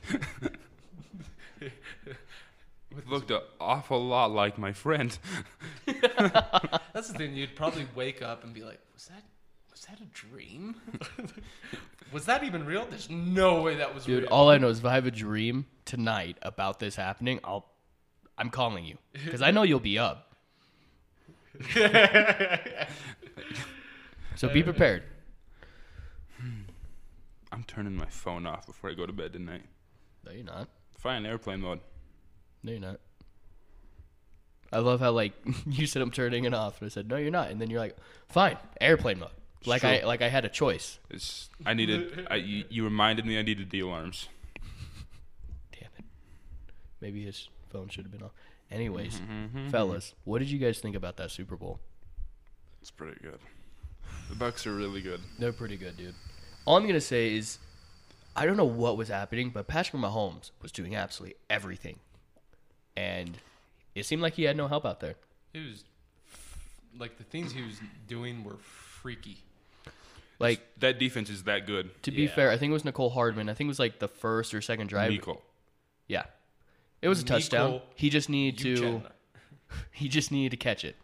Looked an awful lot like my friend.
That's the thing. You'd probably wake up and be like, "Was that? Was that a dream? was that even real? There's no way that was
Dude,
real."
all I know is if I have a dream tonight about this happening, I'll, I'm calling you because I know you'll be up. so be prepared.
I'm turning my phone off before I go to bed tonight.
No, you're not.
Fine, airplane mode.
No, you're not. I love how like you said I'm turning it off, and I said no, you're not, and then you're like, fine, airplane mode. Like I
true.
like I had a choice.
It's I needed. I, you, you reminded me I needed the alarms.
Damn it. Maybe his phone should have been off. Anyways, fellas, what did you guys think about that Super Bowl?
It's pretty good. The Bucks are really good.
They're pretty good, dude. All I'm gonna say is, I don't know what was happening, but Patrick Mahomes was doing absolutely everything, and it seemed like he had no help out there.
It was f- like the things he was doing were freaky.
Like
That defense is that good.
to be
Yeah.
fair, I think it was Nicole Hardman. I think it was like the first or second drive.
Nicole.
Yeah. It was a touchdown.
Nico
He just needed
You
to
Chandler.
he just needed to catch it.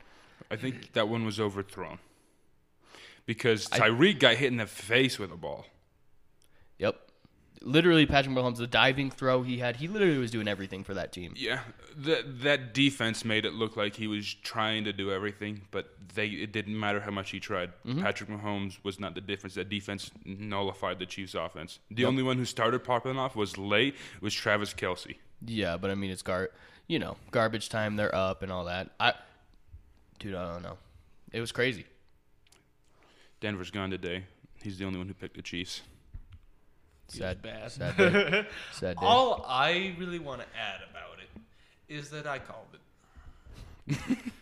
I think that one was overthrown because Tyreek got hit in the face with a ball.
Yep. Literally Patrick Mahomes, the diving throw he had, he literally was doing everything for that team.
Yeah, that that defense made it look like he was trying to do everything, but they it didn't matter how much he tried.
Mm-hmm.
Patrick Mahomes was not the difference. That defense nullified the Chiefs' offense. The only one who started popping off was late was Travis Kelsey.
Yeah, but I mean it's gar you know, garbage time, they're up and all that. I dude, I don't know. It was crazy.
Denver's gone today. He's the only one who picked the Chiefs.
Sad
bad.
Sad day. Sad day.
All I really want to add about it is that I called it.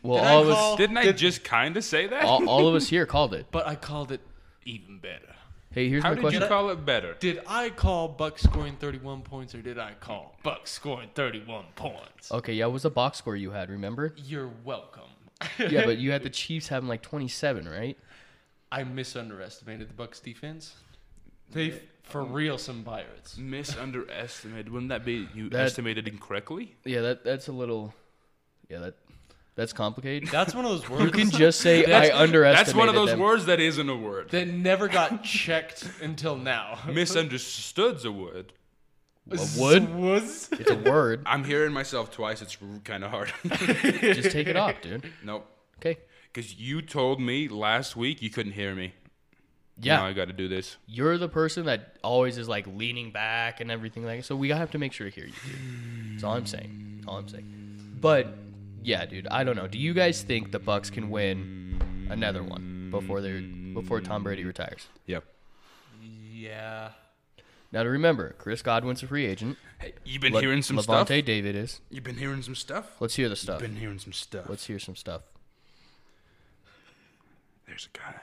well
did I
all of
call-
us Oh,
Didn't I just kind of say that?
all, all of us here called it.
But I called it even better.
Hey, here's
How
my
did
question.
you call it better?
Did I call Buck scoring 31 points or did I call Buck scoring 31 points?
okay, yeah, what was the box score you had? Remember?
You're welcome.
yeah, but you had the Chiefs having like 27, right?
I misunderestimated the Bucks defense. They f- for
Um,
real some pirates.
Misunderestimated. Wouldn't that be you
That-
estimated incorrectly?
Yeah, that that's a little. Yeah, that that's complicated.
That's one of those words
you can just say I
That's-
underestimated
That's one of those
them.
words that isn't a word.
that never got checked until now.
Misunderstood's a word.
A wood?
was
It's a word.
I'm hearing myself twice. It's kind of hard.
just take it off, dude.
nope.
Okay.
Because you told me last week you couldn't hear me.
Yeah,
Now I got to do this.
you're the person that always is like leaning back and everything like. So we have to make sure to hear you, dude. That's all I'm saying. That's all I'm saying. But yeah, dude, I don't know. Do you guys think the Bucks can win another one before they before Tom Brady retires?
Yep.
yeah.
Now to remember, Chris Godwin's a free agent.
Hey, you've been
Le-
hearing some
Levante
stuff.
David is.
You've been hearing some stuff.
Let's hear the stuff.
Been hearing some stuff.
Let's hear some stuff.
There's a guy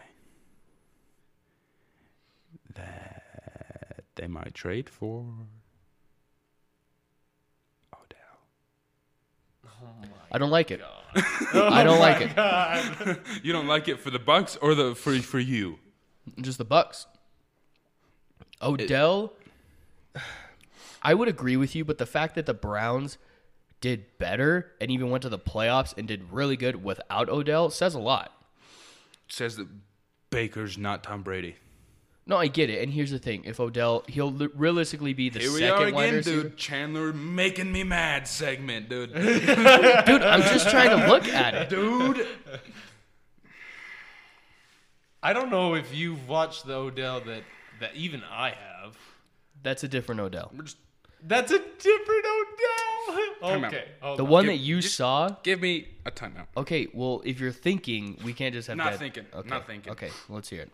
that they might trade for. Odell.
I don't like it. I don't like it.
You don't like it for the Bucks or the for for you?
Just the Bucks. Odell. I would agree with you, but the fact that the Browns did better and even went to the playoffs and did really good without Odell says a lot.
says that Baker's not Tom Brady.
No, I get it. And here's the thing: if Odell, he'll li- realistically be the second wide receiver. Dude.
Chandler making me mad segment, dude.
I'm just trying to look at it.
dude.
I don't know if you've watched the Odell that that even I have.
That's a different Odell.
We're just-
That's a different Odell.
Time out.
Okay. hold
The
on.
one
Give-
that you
just-
saw.
give me a timeout.
Okay, well, if you're thinking, we can't just have
Not
that-
thinking, not
Okay.
thinking.
Okay, let's hear it.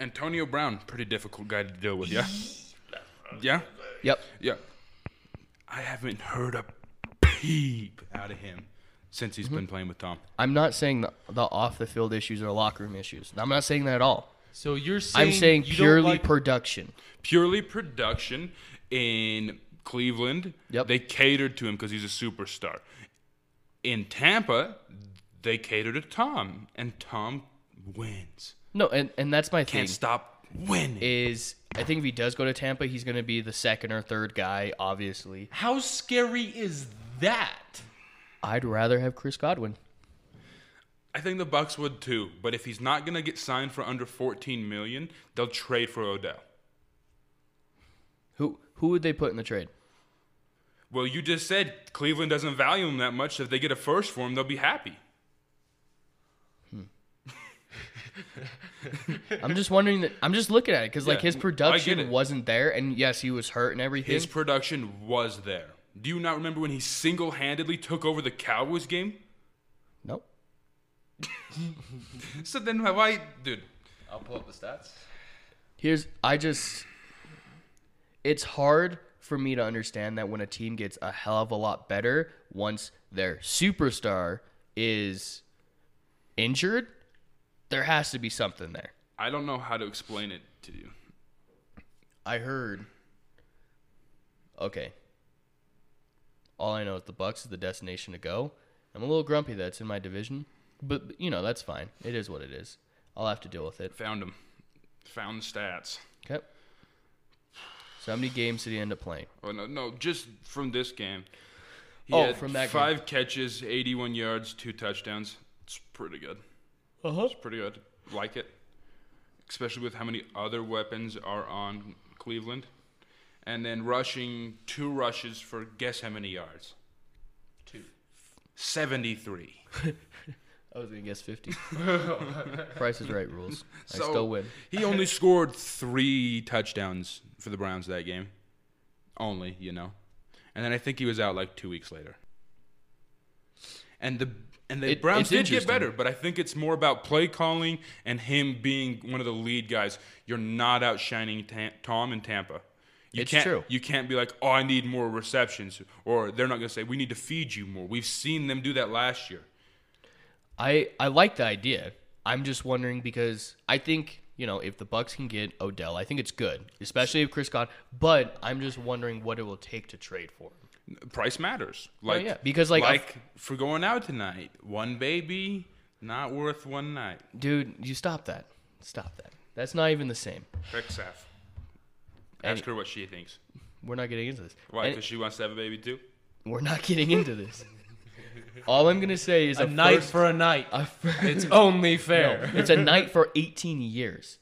Antonio Brown, pretty difficult guy to deal with, yeah? yeah?
Yep.
Yeah. I haven't heard a peep out of him since he's been playing with Tom.
I'm not saying the, the off the field issues or locker room issues. I'm not saying that at all.
So you're saying
I'm saying
you don't
purely
like-
production.
Purely production in Cleveland.
Yep.
They catered to him because he's a superstar. In Tampa, they cater to Tom, and Tom wins.
No, and, and that's my
Can't
thing.
stop winning.
Is I think if he does go to Tampa, he's going to be the second or third guy. Obviously,
How scary is that?
I'd rather have Chris Godwin.
I think the Bucks would too, but if he's not gonna get signed for under 14 million, they'll trade for Odell.
Who who would they put in the trade?
Well, you just said Cleveland doesn't value him that much. so If they get a first for him, they'll be happy.
I'm just wondering that. I'm just looking at it because like
Yeah,
his
I get
production
it.
wasn't there, and yes, he was hurt and everything.
His production was there. Do you not remember when he single-handedly took over the Cowboys game?
nope.
So then why, dude?
I'll pull up the stats.
Here's I just it's hard for me to understand that when a team gets a hell of a lot better once their superstar is injured, there has to be something there.
I don't know how to explain it to you.
I heard Okay. All I know is the Bucks is the destination to go. I'm a little grumpy that it's in my division, but but, you know, that's fine. It is what it is. I'll have to deal with it.
Found him. Found the stats.
Okay. So how many games did he end up playing?
Oh no, no, just from this game. He
Oh,
had
from that game.
five catches, 81 yards, two touchdowns. It's pretty good.
Uh-huh.
It's pretty good. Like it, especially with how many other weapons are on Cleveland, and then rushing two rushes for guess how many yards?
Two.
73.
I was gonna guess fifty. Price is right rules. I
So-
still win.
He only scored three touchdowns for the Browns that game. Only, you know. And then I think he was out like two weeks later. And the and the
It-
Browns
it's
did get
interesting.
better, but I think it's more about play calling and him being one of the lead guys. You're not outshining Ta- Tom in Tampa. You
It's
can't,
true.
You can't be like, oh, I need more receptions, or they're not going to say we need to feed you more. We've seen them do that last year.
I I like the idea. I'm just wondering because I think you you know, if the Bucks can get Odell, I think it's good, especially if Chris got. But I'm just wondering what it will take to trade for him.
Price matters. Like
Oh, yeah, because, like, I've-
like for going out tonight, one baby not worth one night.
Dude, you stop that. Stop that. That's not even the same.
Check Saf. Ask her what she thinks.
We're not getting into this.
Why?
And
Because she wants to have a baby too.
we're not getting into this. All I'm gonna say is
A night
first-
for a night.
a first,
It's only fair.
it's a night for 18 years.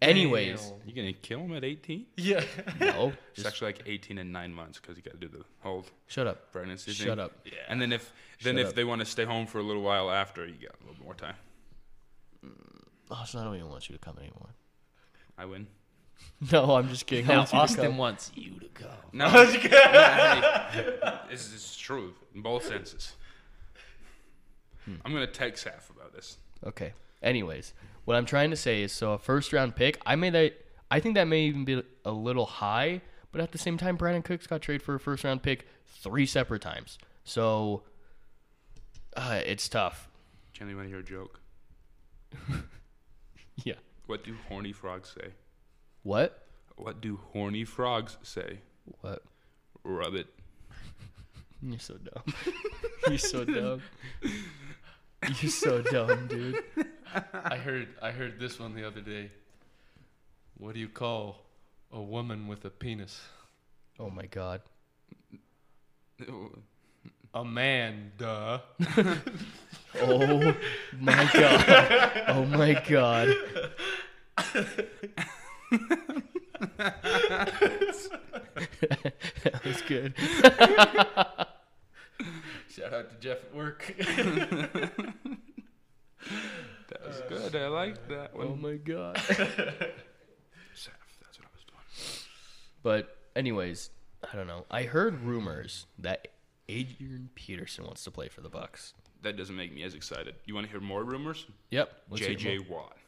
Anyways,
Damn.
You gonna kill him at 18?
Yeah.
no,
It's
just
actually like 18 and nine months because you got to do the whole
shut up.
pregnancy thing.
Shut up.
Yeah. And then if then
Shut
if
up.
they want to stay home for a little while after, you got a little more time.
Austin, I don't even want you to come anymore.
I win.
No, I'm just kidding. I
Now
want you to
Austin
come.
wants you to go.
No. no hey, this is true in both senses. Hmm. I'm gonna text Saf about this.
Okay. Anyways, what I'm trying to say is, so a first round pick, I made that. I think that may even be a little high, but at the same time, Brandon Cooks got traded for a first round pick three separate times. So uh, it's tough.
Chandler, you wanna hear a joke?
Yeah.
What do horny frogs say?
What?
What do horny frogs say?
What?
Rub it.
You're so dumb. You're so dumb. You're so dumb, dude.
I heard I heard this one the other day. What do you call a woman with a penis?
Oh my god.
A man, duh.
Oh my god. Oh my god. that was good.
Shout out to Jeff at work.
That was good. I like that one.
Oh my god.
Saf, that's what I was doing.
But anyways, I don't know. I heard rumors that Adrian Peterson wants to play for the Bucks.
That doesn't make me as excited. You want to hear more rumors?
Yep. let's hear more.
JJ Watt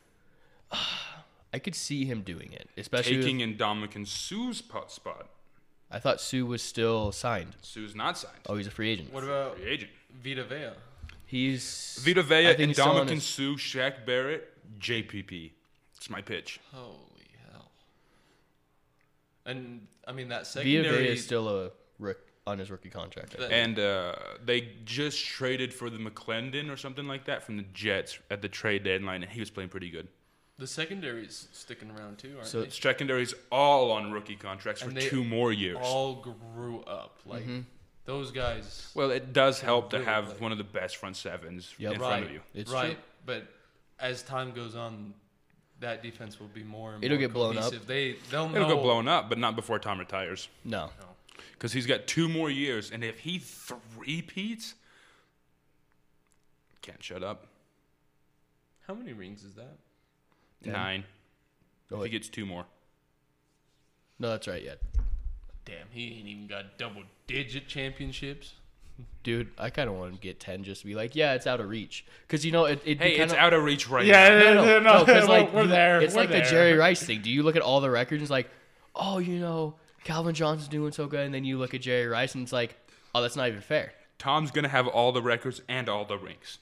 I could see him doing it, especially.
taking
if-
in Dominican Sue's pot spot.
I thought Sue was still signed.
Sue's not signed.
Oh, he's a free agent.
what about
Free agent.
Vita Vea?
He's
Vita Vea
I think
and
he's still on
Dominican
his-
Sue, Shaq Barrett, JPP. It's my pitch.
Holy hell. And I mean that
Vita
secondary
Vea is still a rook on his rookie contract. I
That-
think.
And uh, they just traded for the McClendon or something like that from the Jets at the trade deadline, and he was playing pretty good.
the secondary's sticking around too, aren't
So
they?
Secondary's all on rookie contracts for
And they
two more years.
All grew up. Like
Mm-hmm.
those guys
well, it does help to
Really
have
good.
one of the best front sevens
Yep.
in front
right.
of you.
It's
right.
true.
But as time goes on, that defense will be more and
It'll
more
get blown up.
cohesive. They they'll
It'll
know
go blown up, but not before Tom retires.
No,
Because he's got two more years, and if he three-peats, can't shut up.
How many rings is that?
Ten.
Nine. if
Oh,
he
wait.
gets two more.
no, that's right. Yet,
Damn, he ain't even got double digit championships.
dude, I kind of want to get ten just to be like, yeah, it's out of reach. Because you know, it, it'd
Hey,
be
it's
kinda,
out of reach right now.
No, no, no, 'cause, like,
we're
you-
there.
It's
we're
like
there.
the Jerry Rice thing. Do you look at all the records and it's like, oh, you know, Calvin Johnson's doing so good, and then you look at Jerry Rice and it's like, oh, that's not even fair.
Tom's going to have all the records and all the rings.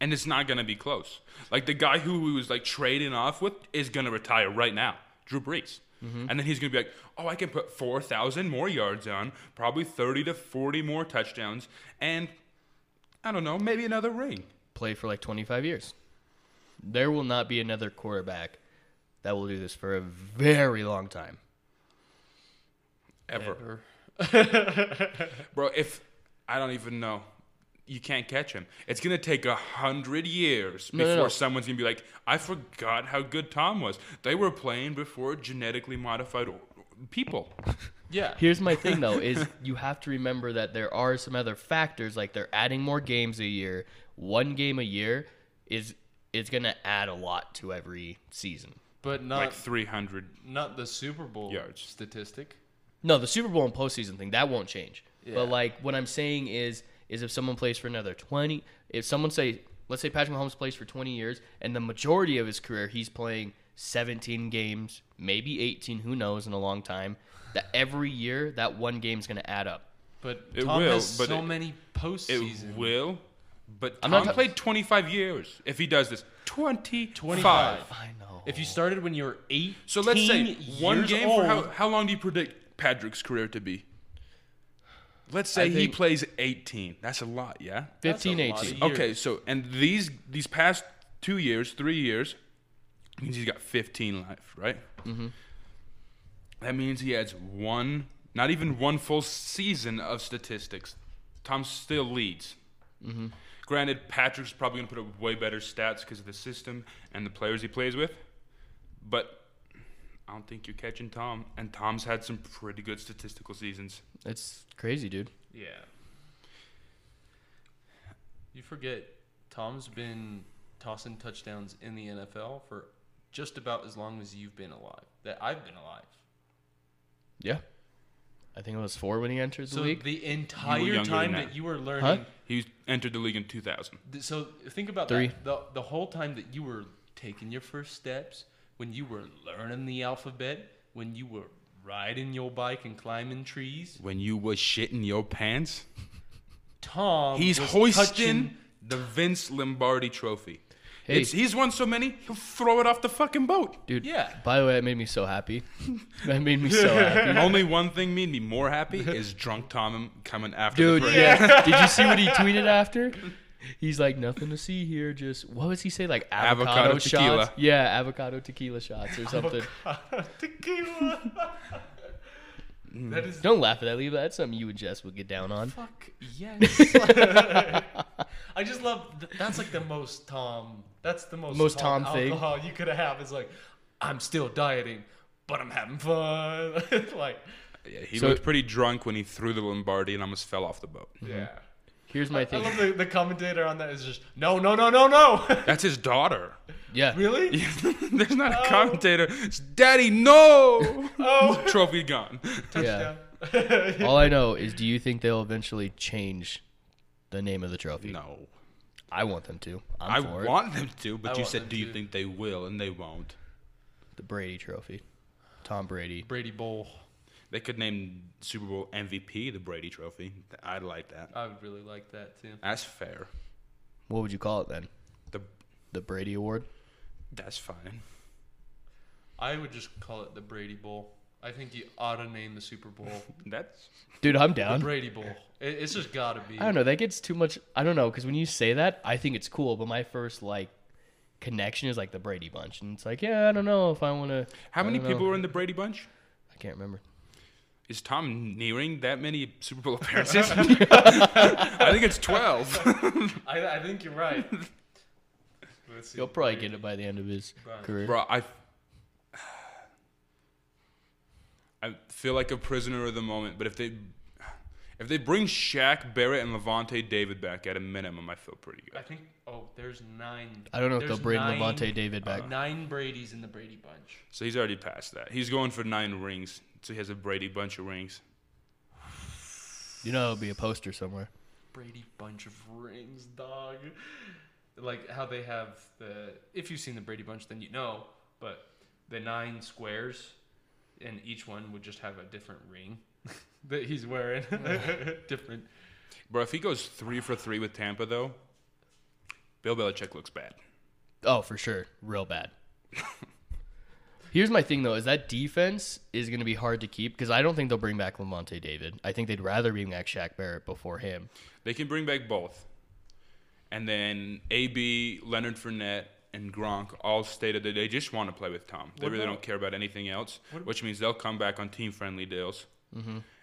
And it's not going to be close. Like, the guy who he was, like, trading off with is going to retire right now. Drew Brees. And then he's going to be like, oh, I can put 4,000 more yards on, probably 30 to 40 more touchdowns, and, I don't know, maybe another ring.
Play for like twenty five years. There will not be another quarterback that will do this for a very long time.
Ever.
Or-
Bro, if I don't even know, you can't catch him. It's gonna take a hundred years
No, no,
before
no.
someone's gonna be like, I forgot how good Tom was. They were playing before genetically modified o- people.
Yeah.
Here's my thing though is you have to remember that there are some other factors like they're adding more games a year. One game a year is is going to add a lot to every season.
But not
Like three hundred.
not the Super Bowl
Yards.
statistic.
No, the Super Bowl and postseason thing that won't change.
Yeah.
But like what I'm saying is, is if someone plays for another 20, if someone say, let's say Patrick Mahomes plays for 20 years, and the majority of his career he's playing 17 games, maybe 18, who knows, in a long time. That every year that one game's going to add up.
But
It
Tom
will,
has
but
so
it-
many
It
postseason.
will. But
I'm
Tom
not ta-
played twenty five years. If he does this, Twenty.
25.
I know.
If you started when you were eight,
So let's say one game for how, how long do you predict Patrick's career to be? Let's say
I
he
think-
plays 18. That's a lot, yeah?
15,
That's a lot of
18.
years.
Okay, so and these these past 2 years, 3 years means he's got 15 left, right? Mhm. That means he adds one, not even one full season of statistics. Tom still leads. Mm-hmm. Granted, Patrick's probably going to put up way better stats because of the system and the players he plays with. But I don't think you're catching Tom. And Tom's had some pretty good statistical seasons.
It's crazy, dude.
Yeah. You forget Tom's been tossing touchdowns in the NFL for just about as long as you've been alive. That I've been alive.
Yeah. I think it was four when he entered the
So
league.
the
younger
entire
than
time
that.
that you were learning,
He entered the league in 2000.
th- so think about
Three.
that. The, the whole time that you were taking your first steps, when you were learning the alphabet, when you were riding your bike and climbing trees,
When you was shitting your pants,
Tom
he's
was
hoisting
touching-
the Vince Lombardi trophy.
Hey.
It's, e- he's won so many, he'll throw it off the fucking boat.
Dude,
Yeah.
by the way, that made me so happy. that made me so happy.
Only one thing made me more happy is drunk Tom coming after
Dude,
the break.
yeah. Did you see what he tweeted after? He's like, nothing to see here. Just what does he say? Like avocado,
Avocado
shots.
tequila.
Yeah, avocado tequila shots or something.
tequila. that is
Don't laugh at that, Levi. That's something you and Jess would get down on.
fuck yes. I just love th- that's like the most Tom. That's the most
Most Tom thing.
alcohol you could have is like I'm still dieting, but I'm having fun. like
Yeah, he
So-
looked pretty drunk when he threw the Lombardi and almost fell off the boat.
Mm-hmm.
yeah.
Here's my
I
thing.
love the, the commentator on that is just no no no no no
That's his daughter.
Yeah.
really
There's not a commentator. It's Daddy, no!
Oh.
Trophy gone.
Yeah.
Yeah.
All I know is do you think they'll eventually change the name of the trophy?
No.
I want them to. I'm
I
for
want them to, but
I
you
want
said,
them
do you
to.
think they will? And they won't.
it. The Brady trophy. Tom Brady.
Brady Bowl.
They could name Super Bowl MVP the Brady Trophy. I'd like that.
I would really like that too.
That's fair.
What would you call it then?
The
The Brady Award?
that's fine.
I would just call it the Brady Bowl. I think you ought to name the Super Bowl
That's
Dude, I'm
the
down.
Brady Bowl. It, it's just gotta be.
I don't know. That gets too much. I don't know because when you say that, I think it's cool, but my first like connection is like the Brady Bunch, and it's like, yeah, I don't know if I want to.
how many people were in the Brady Bunch?
I can't remember.
Is Tom nearing that many Super Bowl appearances? I think it's twelve.
I, I think you're right. Let's see.
He'll probably get it by the end of his
Bunch.
career.
Bro, I I feel like a prisoner of the moment. But if they if they bring Shaq Barrett and Levante David back at a minimum, I feel pretty
I
good.
think. Oh, there's nine.
I don't know if
there's
they'll bring
nine-
Levante David back.
Nine Brady's in the Brady bunch.
So he's already past that. He's going for nine rings. So he has a Brady bunch of rings.
you know, it'll be a poster somewhere.
Brady bunch of rings, dog. Like how they have the. If you've seen the Brady bunch, then you know. But the nine squares, and each one would just have a different ring that he's wearing. different.
Bro, if he goes three for three with Tampa, though, Bill Belichick looks bad.
Oh, for sure, real bad. Here's my thing though: is that defense is going to be hard to keep because I don't think they'll bring back Levante David. I think they'd rather bring back Shaq Barrett before him.
They can bring back both. And then AB, Leonard Fournette, and Gronk all stated that they just want to play with Tom. They
What
really
about-
don't care about anything else, which means they'll come back on team friendly deals.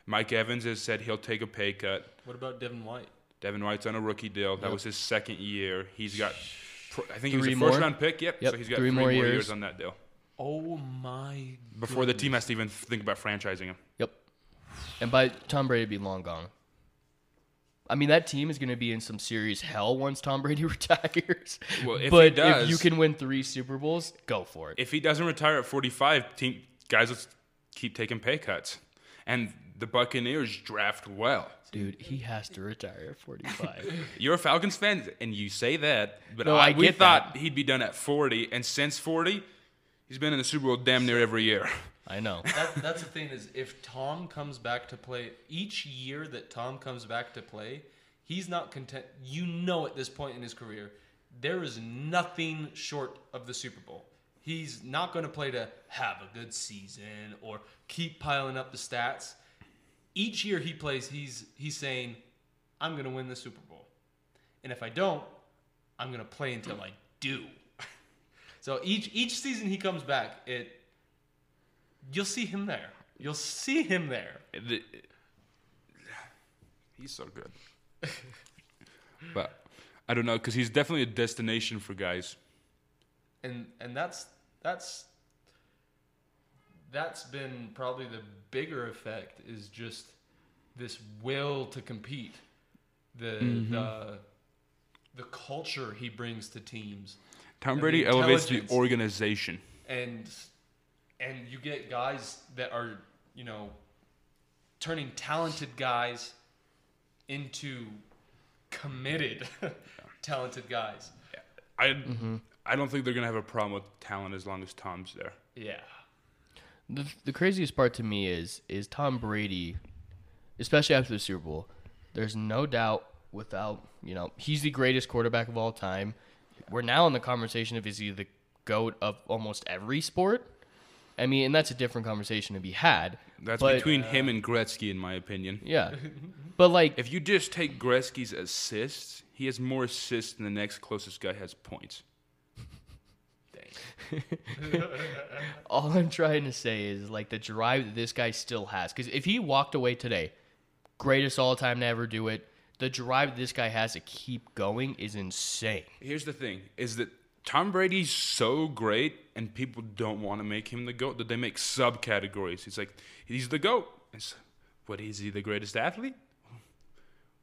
Mike Evans has said he'll take a pay cut.
What about Devin White?
Devin White's on a rookie deal. That was his second year. He's got, pr- I think he was
Three
a first
more?
round pick. Yep.
Yep,
So he's got
three
three,
more
more years.
years.
on that deal
Oh my.
before the team has to even think about franchising him.
Yep. And by Tom Brady be long gone. I mean that team is going to be in some serious hell once Tom Brady retires.
Well, if he
but if
does-
you can win three Super Bowls, go for it.
if he doesn't retire at 45, team guys will keep taking pay cuts. And the Buccaneers draft well.
Dude, he has to retire at 45.
You're a Falcons fan, and you say that, but
No,
I,
I
we
get
thought he'd be done at 40, and since 40, he's been in the Super Bowl damn near every year.
I know.
That, that's the thing is if Tom comes back to play each year that Tom comes back to play, he's not content. You know, at this point in his career, There is nothing short of the Super Bowl. He's not going to play to have a good season or keep piling up the stats. Each year he plays, he's he's saying, "I'm going to win the Super Bowl," and if I don't, I'm going to play until I do. so each each season he comes back, it you'll see him there. You'll see him there.
The- he's so good. but I don't know because he's definitely a destination for guys.
and and that's that's that's been probably the bigger effect is just this will to compete the the the culture he brings to teams
Tom
And
Brady
the
elevates the
intelligence.
organization.
and and you get guys that are you know turning talented guys into committed talented guys
I I don't think they're gonna have a problem with talent as long as Tom's there.
yeah
The, the craziest part to me is is Tom Brady, especially after the Super Bowl. There's no doubt without you know he's the greatest quarterback of all time. We're now in the conversation of is he the goat of almost every sport. I mean, and that's a different conversation to be had.
That's
but-
between him and Gretzky, in my opinion.
yeah, but like
If you just take Gretzky's assists, he has more assists than the next closest guy has points.
all I'm trying to say is like the drive that this guy still has. Because if he walked away today, greatest all time to ever do it. The drive that this guy has to keep going is insane.
Here's the thing: is that Tom Brady's so great, and people don't want to make him the goat. That they make subcategories. It's like he's the goat. It's, what is he? The greatest athlete?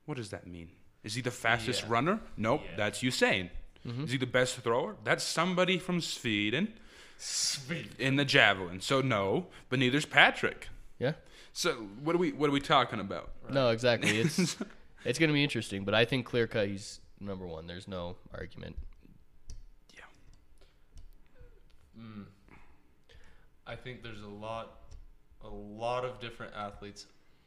What does that mean? Is he the fastest
Yeah.
runner? Nope, that's Usain. Is he the best thrower? That's somebody from Sweden
sweet
in the javelin. So no, but neither's Patrick.
Yeah.
So what are we what are we talking about?
No, exactly. It's it's gonna be interesting, but I think clear cut he's number one. There's no argument.
I think there's a lot, a lot of different athletes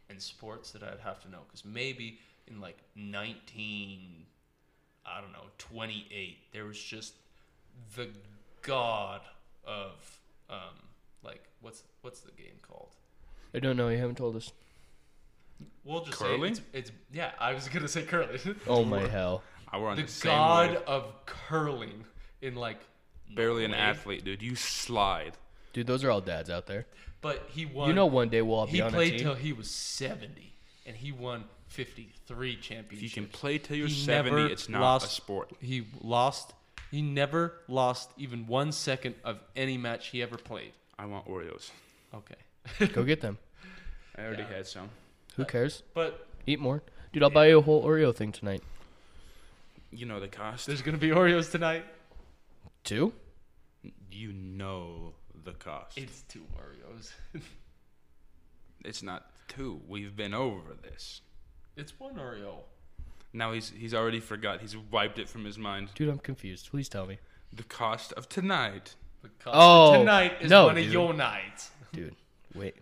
and sports that I'd have to know because maybe in like 19, I don't know, 28, there was just the god of um, like what's what's the game called?
I don't know. You haven't told us.
We'll just
Curling?
say it's, it's yeah. I was gonna say curling.
Oh my hell!
I were on the,
the
same
god
wave.
of curling in like
barely an
Norway.
athlete, dude. You slide.
Dude, those are all dads out there.
But he won.
You know, one day we'll all be
He
on a
played
team.
till he was 70, and he won 53 championships.
If you can play till you're
He
70,
never
it's not a
lost-
sport.
He lost. He never lost even one second of any match he ever played.
I want Oreos.
Okay.
Go get them.
I already
Yeah.
had some.
Who
Uh,
cares?
but
Eat more, dude. I'll buy you a whole Oreo thing tonight.
You know the cost.
there's going to be Oreos tonight.
Two?
You know the cost.
It's two Oreos.
It's not two. We've been over this.
it's one Oreo.
Now he's he's already forgot. He's wiped it from his mind.
Dude, I'm confused. Please tell me,
The cost of tonight.
The cost
Oh,
of tonight is
no,
one
dude.
of your nights.
dude. Wait,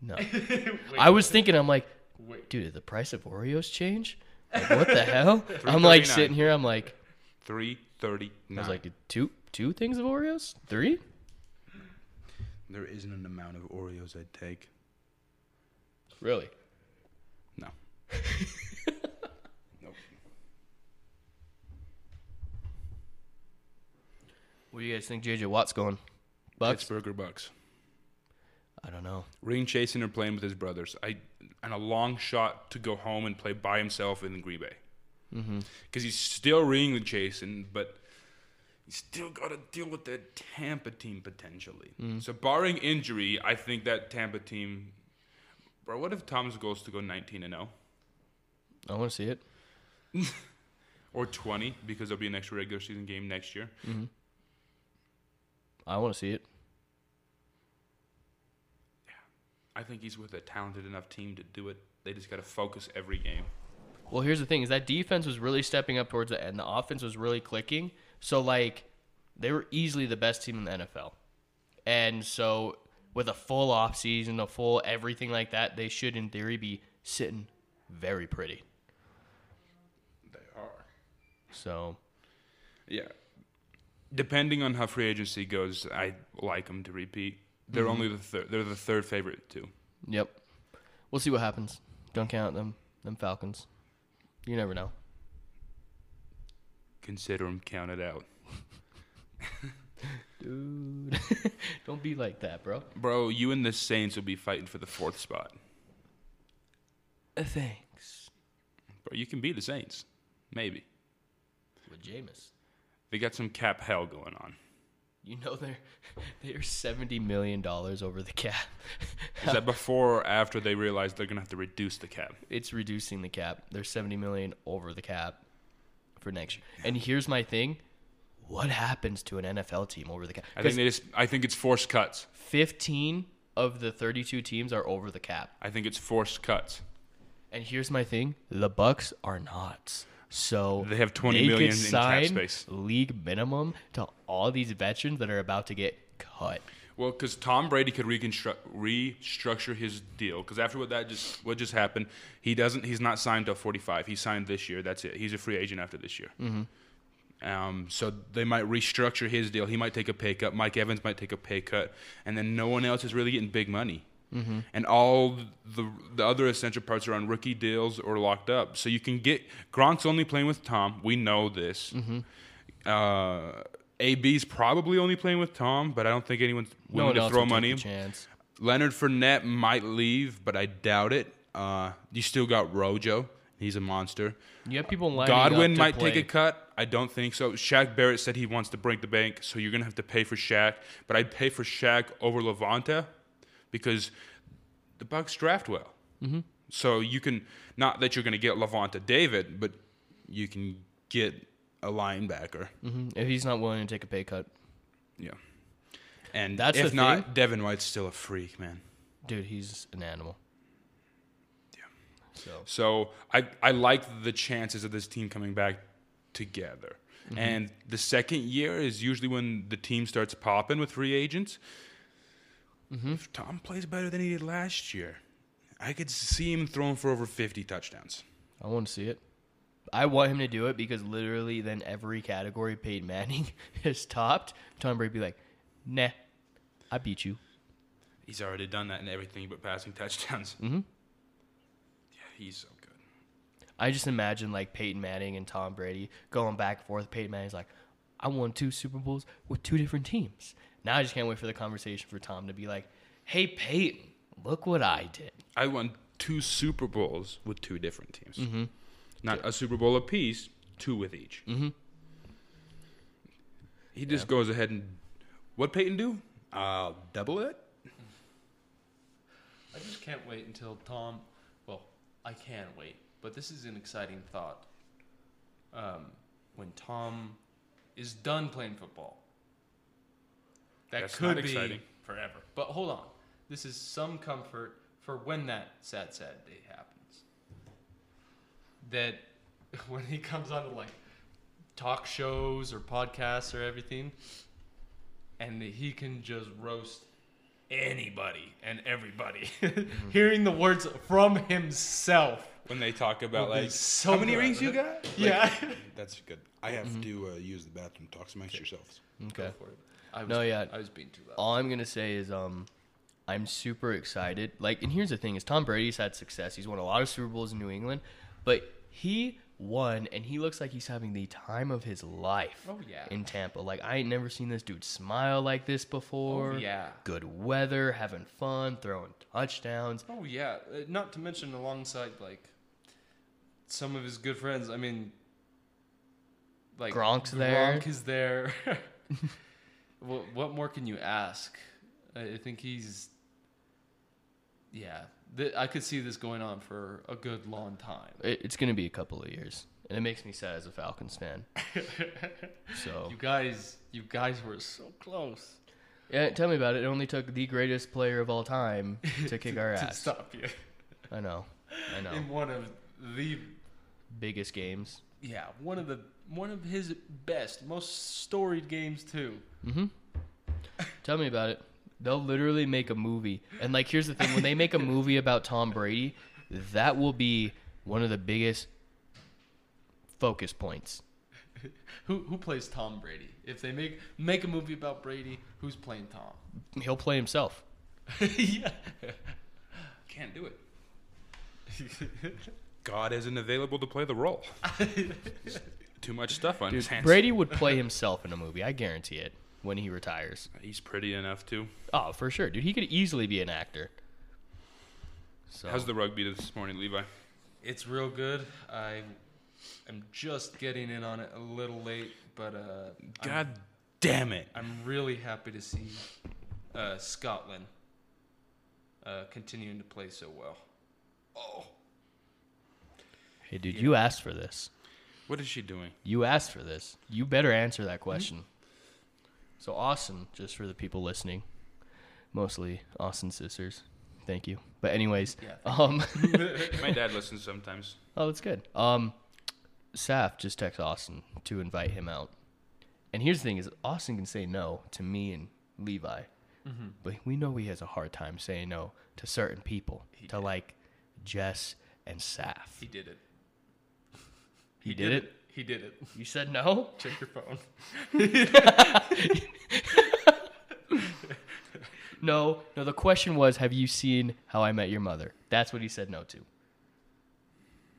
no.
Wait,
I was thinking, I'm like,
wait.
dude, did the price of Oreos change? Like, what the hell? I'm like
3.39.
sitting here. I'm like,
Three thirty
I
nine.
was like, two, two things of Oreos? Three?
there isn't an amount of Oreos I'd take.
Really?
No. nope.
What do you guys think JJ Watt's going? Bucks?
Pittsburgh or Bucks.
I don't know.
Ring chasing or playing with his brothers. I and a long shot to go home and play by himself in Green Bay. Because he's still ring the chasing, but you still got to deal with that Tampa team potentially. So barring injury, I think that Tampa team. Bro, what if Tom's goal is to go 19 and oh? 0
I want to see it.
or 20 because there'll be an extra regular season game next year?
I want to see it.
I think he's with a talented enough team to do it. They just got to focus every game.
Well, here's the thing: is that defense was really stepping up towards the end. The offense was really clicking. So like, they were easily the best team in the NFL. And so, with a full off season, a full everything like that, they should, in theory, be sitting very pretty.
They are.
So
Yeah. Depending on how free agency goes, I like them to repeat. They're only the third. They're the third favorite too.
Yep. We'll see what happens. Don't count them them Falcons. You never know.
Consider them counted out,
Dude. Don't be like that, bro.
bro. You and the Saints will be fighting for the fourth spot,
Thanks.
bro. You can be the Saints, maybe.
With Jameis.
They got some cap hell going on.
You know they're they are seventy million dollars over the cap.
Is that before or after they realize they're gonna have to reduce the cap?
it's reducing the cap. They're seventy million over the cap for next year. And here's my thing: what happens to an NFL team over the cap?
I think they just. I think it's forced cuts.
fifteen of the thirty-two teams are over the cap.
I think it's forced cuts.
And here's my thing: the Bucks are not. So
They have 20
they could
million in cap
sign
space.
league minimum to all these veterans that are about to get cut.
Well, because Tom Brady could reconstruct, restructure his deal. Because after what that just what just happened, he doesn't. He's not signed till forty five. He signed this year. That's it. He's a free agent after this year. Um, so they might restructure his deal. He might take a pay cut. Mike Evans might take a pay cut, and then no one else is really getting big money.
Mm-hmm.
And all the the other essential parts are on rookie deals or locked up. So you can get Gronk's only playing with Tom. We know this.
Mm-hmm.
Uh, AB's probably only playing with Tom, but I don't think anyone's willing to
else
throw
will take
money.
the Chance.
Leonard Fournette might leave, but I doubt it. Uh, you still got Rojo. He's a monster.
You have people lining
Godwin
up to
might
play.
take a cut. I don't think so. Shaq Barrett said he wants to break the bank, so you're gonna have to pay for Shaq. But I'd pay for Shaq over Levante because the Bucks draft well. Mm-hmm. So you can not that you're gonna get Levante David, but you can get a linebacker.
Mhm. If he's not willing to take a pay cut,
Yeah. And
That's
if
the
not,
thing.
Devin White's still a freak, man.
dude, he's an animal. Yeah. So
So I, I like the chances of this team coming back together. And the second year is usually when the team starts popping with free agents. If Tom plays better than he did last year, I could see him throwing for over 50 touchdowns.
I want to see it. I want him to do it because literally, then every category Peyton Manning is topped. Tom Brady be like, "Nah, I beat you."
He's already done that in everything but passing touchdowns.
Mhm.
Yeah, he's so good.
I just imagine like Peyton Manning and Tom Brady going back and forth. Peyton Manning's like, I won two Super Bowls with two different teams. Now I just can't wait for the conversation for Tom to be like, Hey Peyton, look what I did.
I won two Super Bowls with two different teams. Not a Super Bowl apiece, two with each.
Mhm.
He just goes ahead and what Peyton do? Uh, double it.
I just can't wait until Tom. Well, I can wait, but this is an exciting thought. Um, when Tom is done playing football, that
That's not
could be
exciting.
forever. But hold on, this is some comfort for when that sad, sad day happens. That when he comes on to like talk shows or podcasts or everything, and he can just roast anybody and everybody. Hearing the words from himself.
When they talk about
Would be
like
so
how many
good.
rings you got? Like,
yeah.
that's good. I have to uh, use the bathroom. Talks amongst yourselves.
Okay.
for it. I was,
No, yeah.
I was being too loud.
All I'm gonna say is um I'm super excited. Like and here's the thing is Tom Brady's had success. He's won a lot of Super Bowls in New England, but he won and he looks like he's having the time of his life
Oh, yeah.
in Tampa. Like I ain't never seen this dude smile like this before.
Oh, yeah.
Good weather, having fun, throwing touchdowns.
Oh yeah, uh, not to mention alongside like some of his good friends. I mean, like
Gronk's there.
Gronk is there. what what more can you ask? I, I think he's. Yeah, th- I could see this going on for a good long time.
It, it's gonna be a couple of years, and it makes me sad as a Falcons fan. so
You guys, you guys were so close
yeah, tell me about it. It only took the greatest player of all time to kick our
to
ass.
stop you
I know, I know.
in one of the
Biggest games.
yeah one of the one of his best, most storied games too.
Mm-hmm. Tell me about it. They'll literally make a movie. And like here's the thing, when they make a movie about Tom Brady, that will be one of the biggest focus points
Who who plays Tom Brady? If they make make a movie about Brady, who's playing Tom?
He'll play himself.
yeah.
Can't do it. God isn't available to play the role. Too much stuff on his hands.
Brady would play himself in a movie. I guarantee it. When he retires.
He's pretty enough too.
Oh, for sure, dude. He could easily be an actor. So
How's the rugby this morning, Levi?
it's real good. I am just getting in on it a little late, but uh, I'm-
God damn it!
I'm really happy to see uh, Scotland uh, continuing to play so well. Oh,
Hey, dude, you asked for this.
What is she doing?
You asked for this. You better answer that question. So, Austin, just for the people listening, mostly Austin sisters, thank you. But, anyways,
Yeah,
um,
My dad listens sometimes.
oh, that's good. Um, Saf just texted Austin to invite him out. And here's the thing: is Austin can say no to me and Levi, but we know he has a hard time saying no to certain people, to like Jess and Saf.
he did it.
He did it?
He did it.
You said no.
Check your phone.
No, no. The question was, have you seen How I Met Your Mother? That's what he said no to.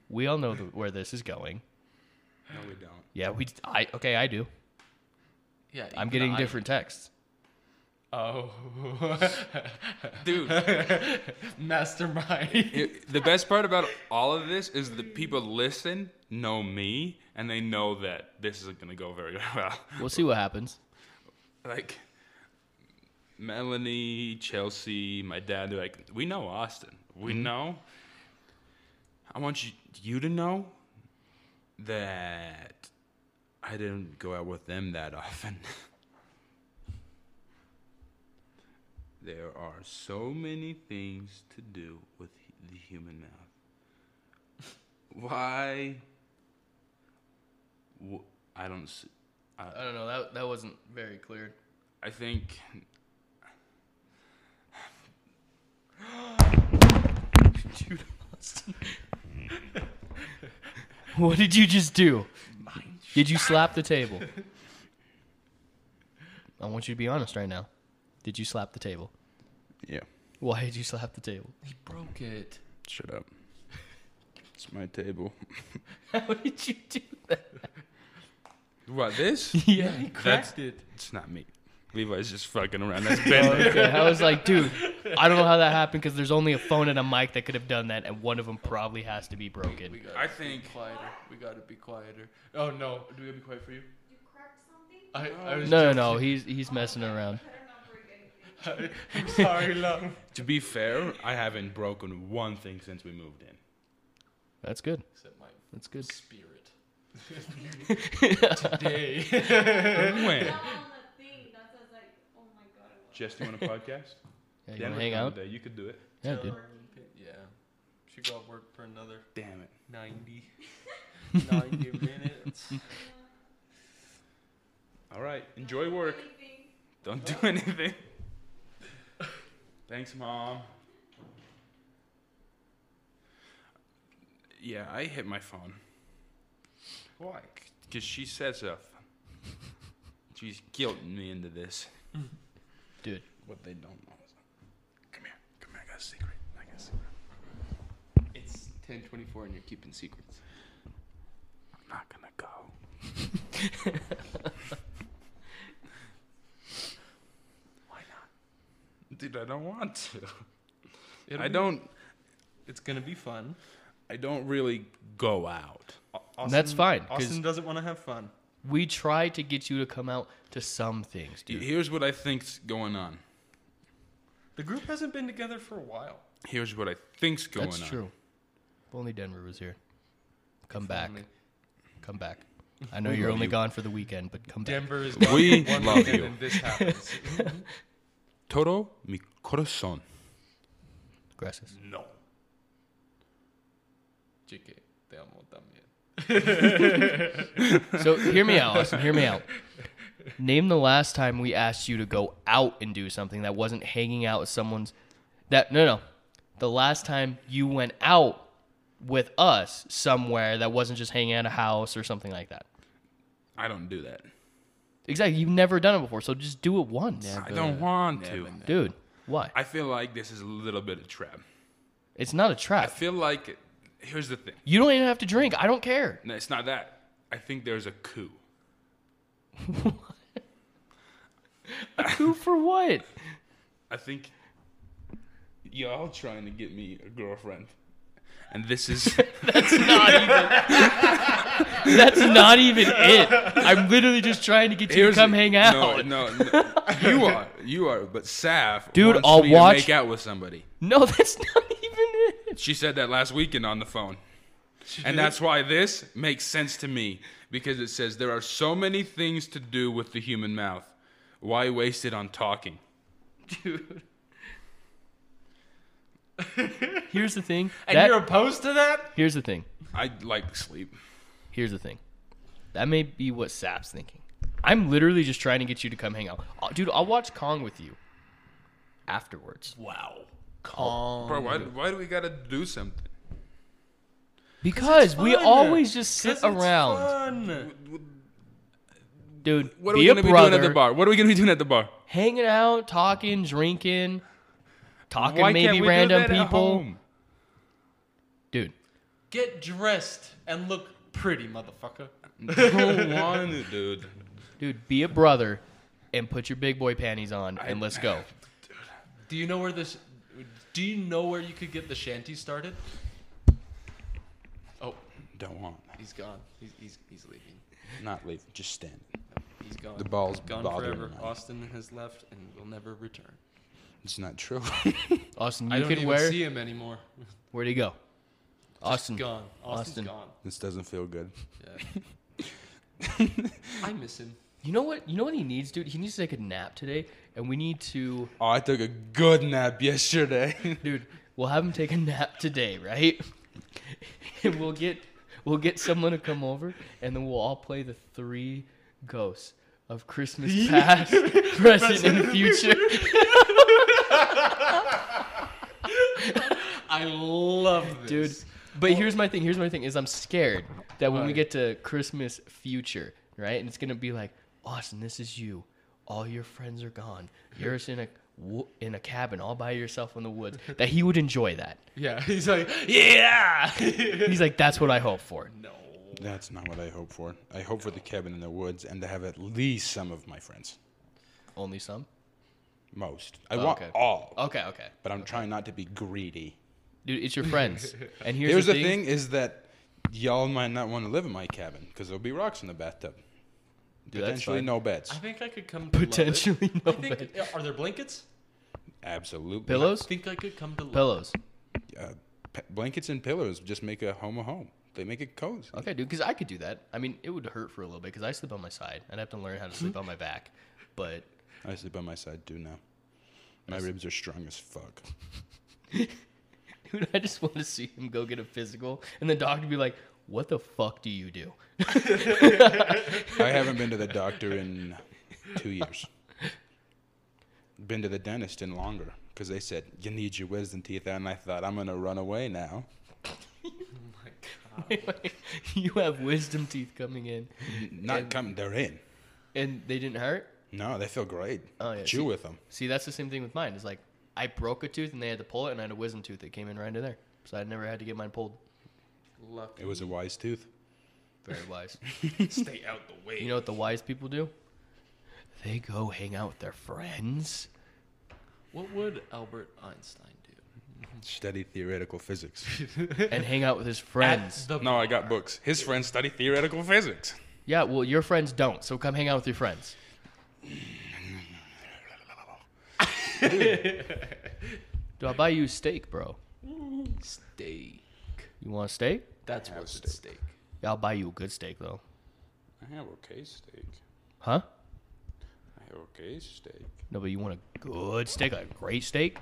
We all know the, where this is going.
No, we don't.
Yeah, we. I okay, I do.
Yeah,
I'm
even
getting
I-
different texts.
Oh,
Dude,
mastermind.
it- the best part about all of this is the people listen, know me, and they know that this isn't gonna go very well.
We'll see what happens.
Like Melanie, Chelsea, my dad, they're like, we know Austin. We know. I want you, you to know that I didn't go out with them that often. there are so many things to do with the human mouth. Why? W- I don't. s I-
I don't know. That that wasn't very clear.
I think.
Dude, Austin. what did you just do? Did you slap the table? I want you to be honest right now. Did you slap the table?
Yeah.
Why did you slap the table?
He broke it.
Shut up. It's my table.
How did you do that?
What this?
Yeah, he cracked it.
it's not me. Levi's just fucking around. That's Ben.
Okay, I was like, dude, I don't know how that happened because there's only a phone and a mic that could have done that, and one of them probably has to be
We
broken.
gotta
I
be
think-
quieter. We gotta be quieter. Oh no, do we gotta be quiet for you?
You cracked something?
I, I was
No, no, no, he's he's messing around.
I don't know if we're getting it.
joking. I'm sorry, love.
to be fair, I haven't broken one thing since we moved in.
That's good.
Except my
That's good.
spirit. Today.
When?
Not on the thing. That says like, oh my god. I
Jess, do you want a podcast?
Yeah, you
Damn
wanna
it,
hang out?
Monday, You could do it.
Yeah, dude.
Yeah. Should go out work for another
Damn it.
90, 90 minutes.
All right.
don't
Enjoy
know
work.
anything.
Don't do anything. Thanks, mom. Yeah, I hit my phone. Why? Because she said stuff. She's guilting me into this.
Dude.
What they don't know is, come here, come here. I got a secret. I got a secret.
It's 10:24 and you're keeping secrets.
I'm not gonna go. Why not? Dude, I don't want to. I don't.
It's gonna be fun.
I don't really go out.
Austin,
that's fine, 'cause-
Austin doesn't want to have fun.
We tried to get you to come out to some things,
Y-
dude.
Here's what I think's going on.
The group hasn't been together for a while.
Here's what I think's going
That's
on.
true. If only Denver was here. Come back.
Only-
Come back. I know
We
you're
love
only
you.
gone for the weekend, but come back.
Denver is
We
gone for one
love
weekend
you.
and this happens.
Todo mi corazón.
Aggressive.
No.
JK, te amo también.
So hear me out, Austin. Hear me out. Name the last time we asked you to go out and do something that wasn't hanging out with someone's. That no no, the last time you went out with us somewhere that wasn't just hanging out at a house or something like that.
I don't do that.
Exactly. You've never done it before, so just do it once.
Yeah.
I don't want
Yeah,
to.
but-
Dude, what?
I feel like this is a little bit of trap.
it's not a
I
trap.
feel like here's the thing.
you don't even have to drink. I don't care.
No, it's not that. I think there's a coup.
Who for what?
I think y'all trying to get me a girlfriend, and this is
That's not even it. I'm literally just trying to get you to
Here's-
come hang out.
No, no, no. you are, you are. But Saf,
Dude,
wants
I'll
me to
watch-
make out with somebody.
No, that's not even it.
She said that last weekend on the phone. And that's why this makes sense to me because it says there are so many things to do with the human mouth. Why waste it on talking?
Dude.
Here's the thing.
And
That-
you're opposed to that?
here's the thing.
I like sleep.
Here's the thing. That may be what Sap's thinking. I'm literally just trying to get you to come hang out. I'll- dude, I'll watch Kong with you afterwards.
Wow. Calm.
Bro, why, why do we gotta do something?
Because we
fun.
always just sit
'Cause it's
around.
fun.
Dude,
What are
be
we
a
gonna be
brother,
doing at the bar? What are we gonna be doing at the bar?
hanging out, talking, drinking, talking
Why
maybe
can't we
random
do that
people.
At home?
Dude,
Get dressed and look pretty, motherfucker.
Don't want it, dude.
dude, be a brother and put your big boy panties on and
I-
let's go.
Do you know where this? Do you know where you could get the shanty started? Oh,
Don't want.
he's gone. He's he's, he's leaving.
Not leave. Just stand.
He's gone.
The ball's
gone
bothering
forever.
him.
Austin has left and will never return.
It's not true.
Austin,
I
you
don't
could
even
wear.
see him anymore.
Where'd he go? Austin.
gone. Austin's
Austin.
gone.
this doesn't feel good.
Yeah. I miss him.
You know what? You know what he needs, dude. He needs to take a nap today, and we need to,
Oh, I took a good nap yesterday.
dude. We'll have him take a nap today, right? and we'll get we'll get someone to come over, and then we'll all play the three ghosts of Christmas past, present, and future.
I love this.
dude. But here's my thing. Here's my thing is I'm scared that when we
Alright.
get to Christmas future, right, and it's gonna be like, Austin, this is you. All your friends are gone. You're just in a wo- in a cabin all by yourself in the woods. That he would enjoy that.
Yeah, he's like, yeah.
He's like, that's what I hope for.
no.
That's not what I hope for. I hope for the cabin in the woods and to have at least some of my friends.
Only some.
Most. I
Oh,
want
okay.
all,
Okay, okay,
but I'm trying not to be greedy.
dude. It's your friends. And here's,
Here's,
the,
the
thing.
thing is that y'all might not want to live in my cabin because there'll be rocks in the bathtub.
Dude, that's
Potentially
fine.
no beds.
I think I could come to Love
Potentially
it.
no
I think, Are there blankets?
Absolutely.
I
Pillows.
think I could come to love
Pillows.
Uh, p- blankets and pillows just make a home a home. They make it cozy.
Okay, dude. Because I could do that. I mean, it would hurt for a little bit because I sleep on my side. I'd have to learn how to sleep on my back. But
I sleep on my side too now. My ribs are strong as fuck.
Dude, I just want to see him go get a physical, and the doctor be like, "What the fuck do you do?"
I haven't been to the doctor in two years. Been to the dentist in longer because they said you need your wisdom teeth, out," and I thought I'm gonna run away now.
you have wisdom teeth coming in,
N- Not coming, they're in.
and they didn't hurt.
No, they feel great.
Oh, yeah,
Chew
see-
with them.
See, that's the same thing with mine. It's like I broke a tooth, and they had to pull it, and I had a wisdom tooth that came in right into there, so I never had to get mine pulled.
Lucky.
It was a wise tooth.
Very wise.
Stay out the way.
you know what the wise people do? They go hang out with their friends.
what would Albert Einstein do?
Study theoretical physics.
and hang out with his friends.
At the
no, I got books. His friends study theoretical physics.
Yeah, well, your friends don't, so come hang out with your friends. Do I buy you a steak, bro?
steak.
You want a steak?
That's
Have
what's at
steak.
stake.
Yeah, I'll buy you a good steak, though.
I have okay steak.
Huh?
I have okay steak.
No, but you want a good steak, like a great steak?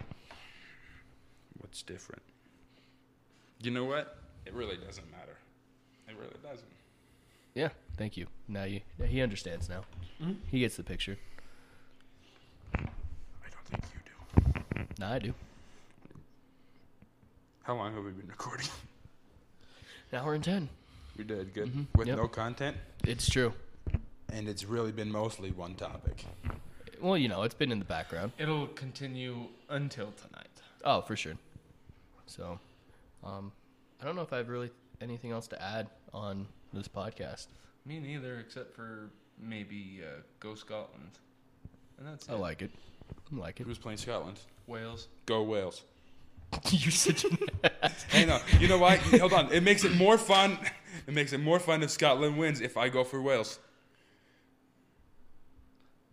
What's different? You know what? It really doesn't matter. It really doesn't.
Yeah. Thank you. Now you, yeah, he understands now. He gets the picture.
I don't think you do.
Nah, I do.
How long have we been recording?
An hour and ten.
We did good
Mhm,
with
yep.
no content.
It's true.
and it's really been mostly one topic.
Well, you know, it's been in the background.
It'll continue until tonight.
Oh, for sure. So, um, I don't know if I have really anything else to add on this podcast.
Me neither, except for maybe uh, Go Scotland. And that's it.
I like it. I like it.
Who's playing Scotland?
Wales.
Go Wales.
You're such an ass.
Hang on. You know what? Hold on. It makes it more fun. It makes it more fun if Scotland wins if I go for Wales.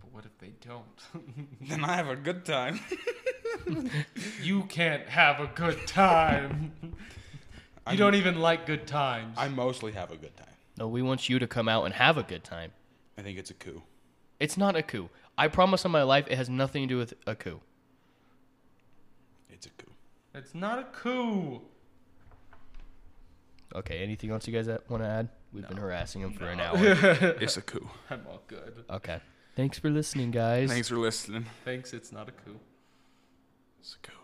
But what if they don't?
Then I have a good time.
you can't have a good time. you
I'm-
don't even like good times.
I mostly have a good time.
No, we want you to come out and have a good time.
I think it's a coup.
It's not a coup. I promise on my life, it has nothing to do with a coup.
It's a coup.
it's not a coup.
Okay, anything else you guys want to add? We've been harassing him for an hour.
I'm
It's a coup.
all good.
Okay. Thanks for listening, guys.
Thanks for listening.
Thanks, it's not a coup.
It's a coup.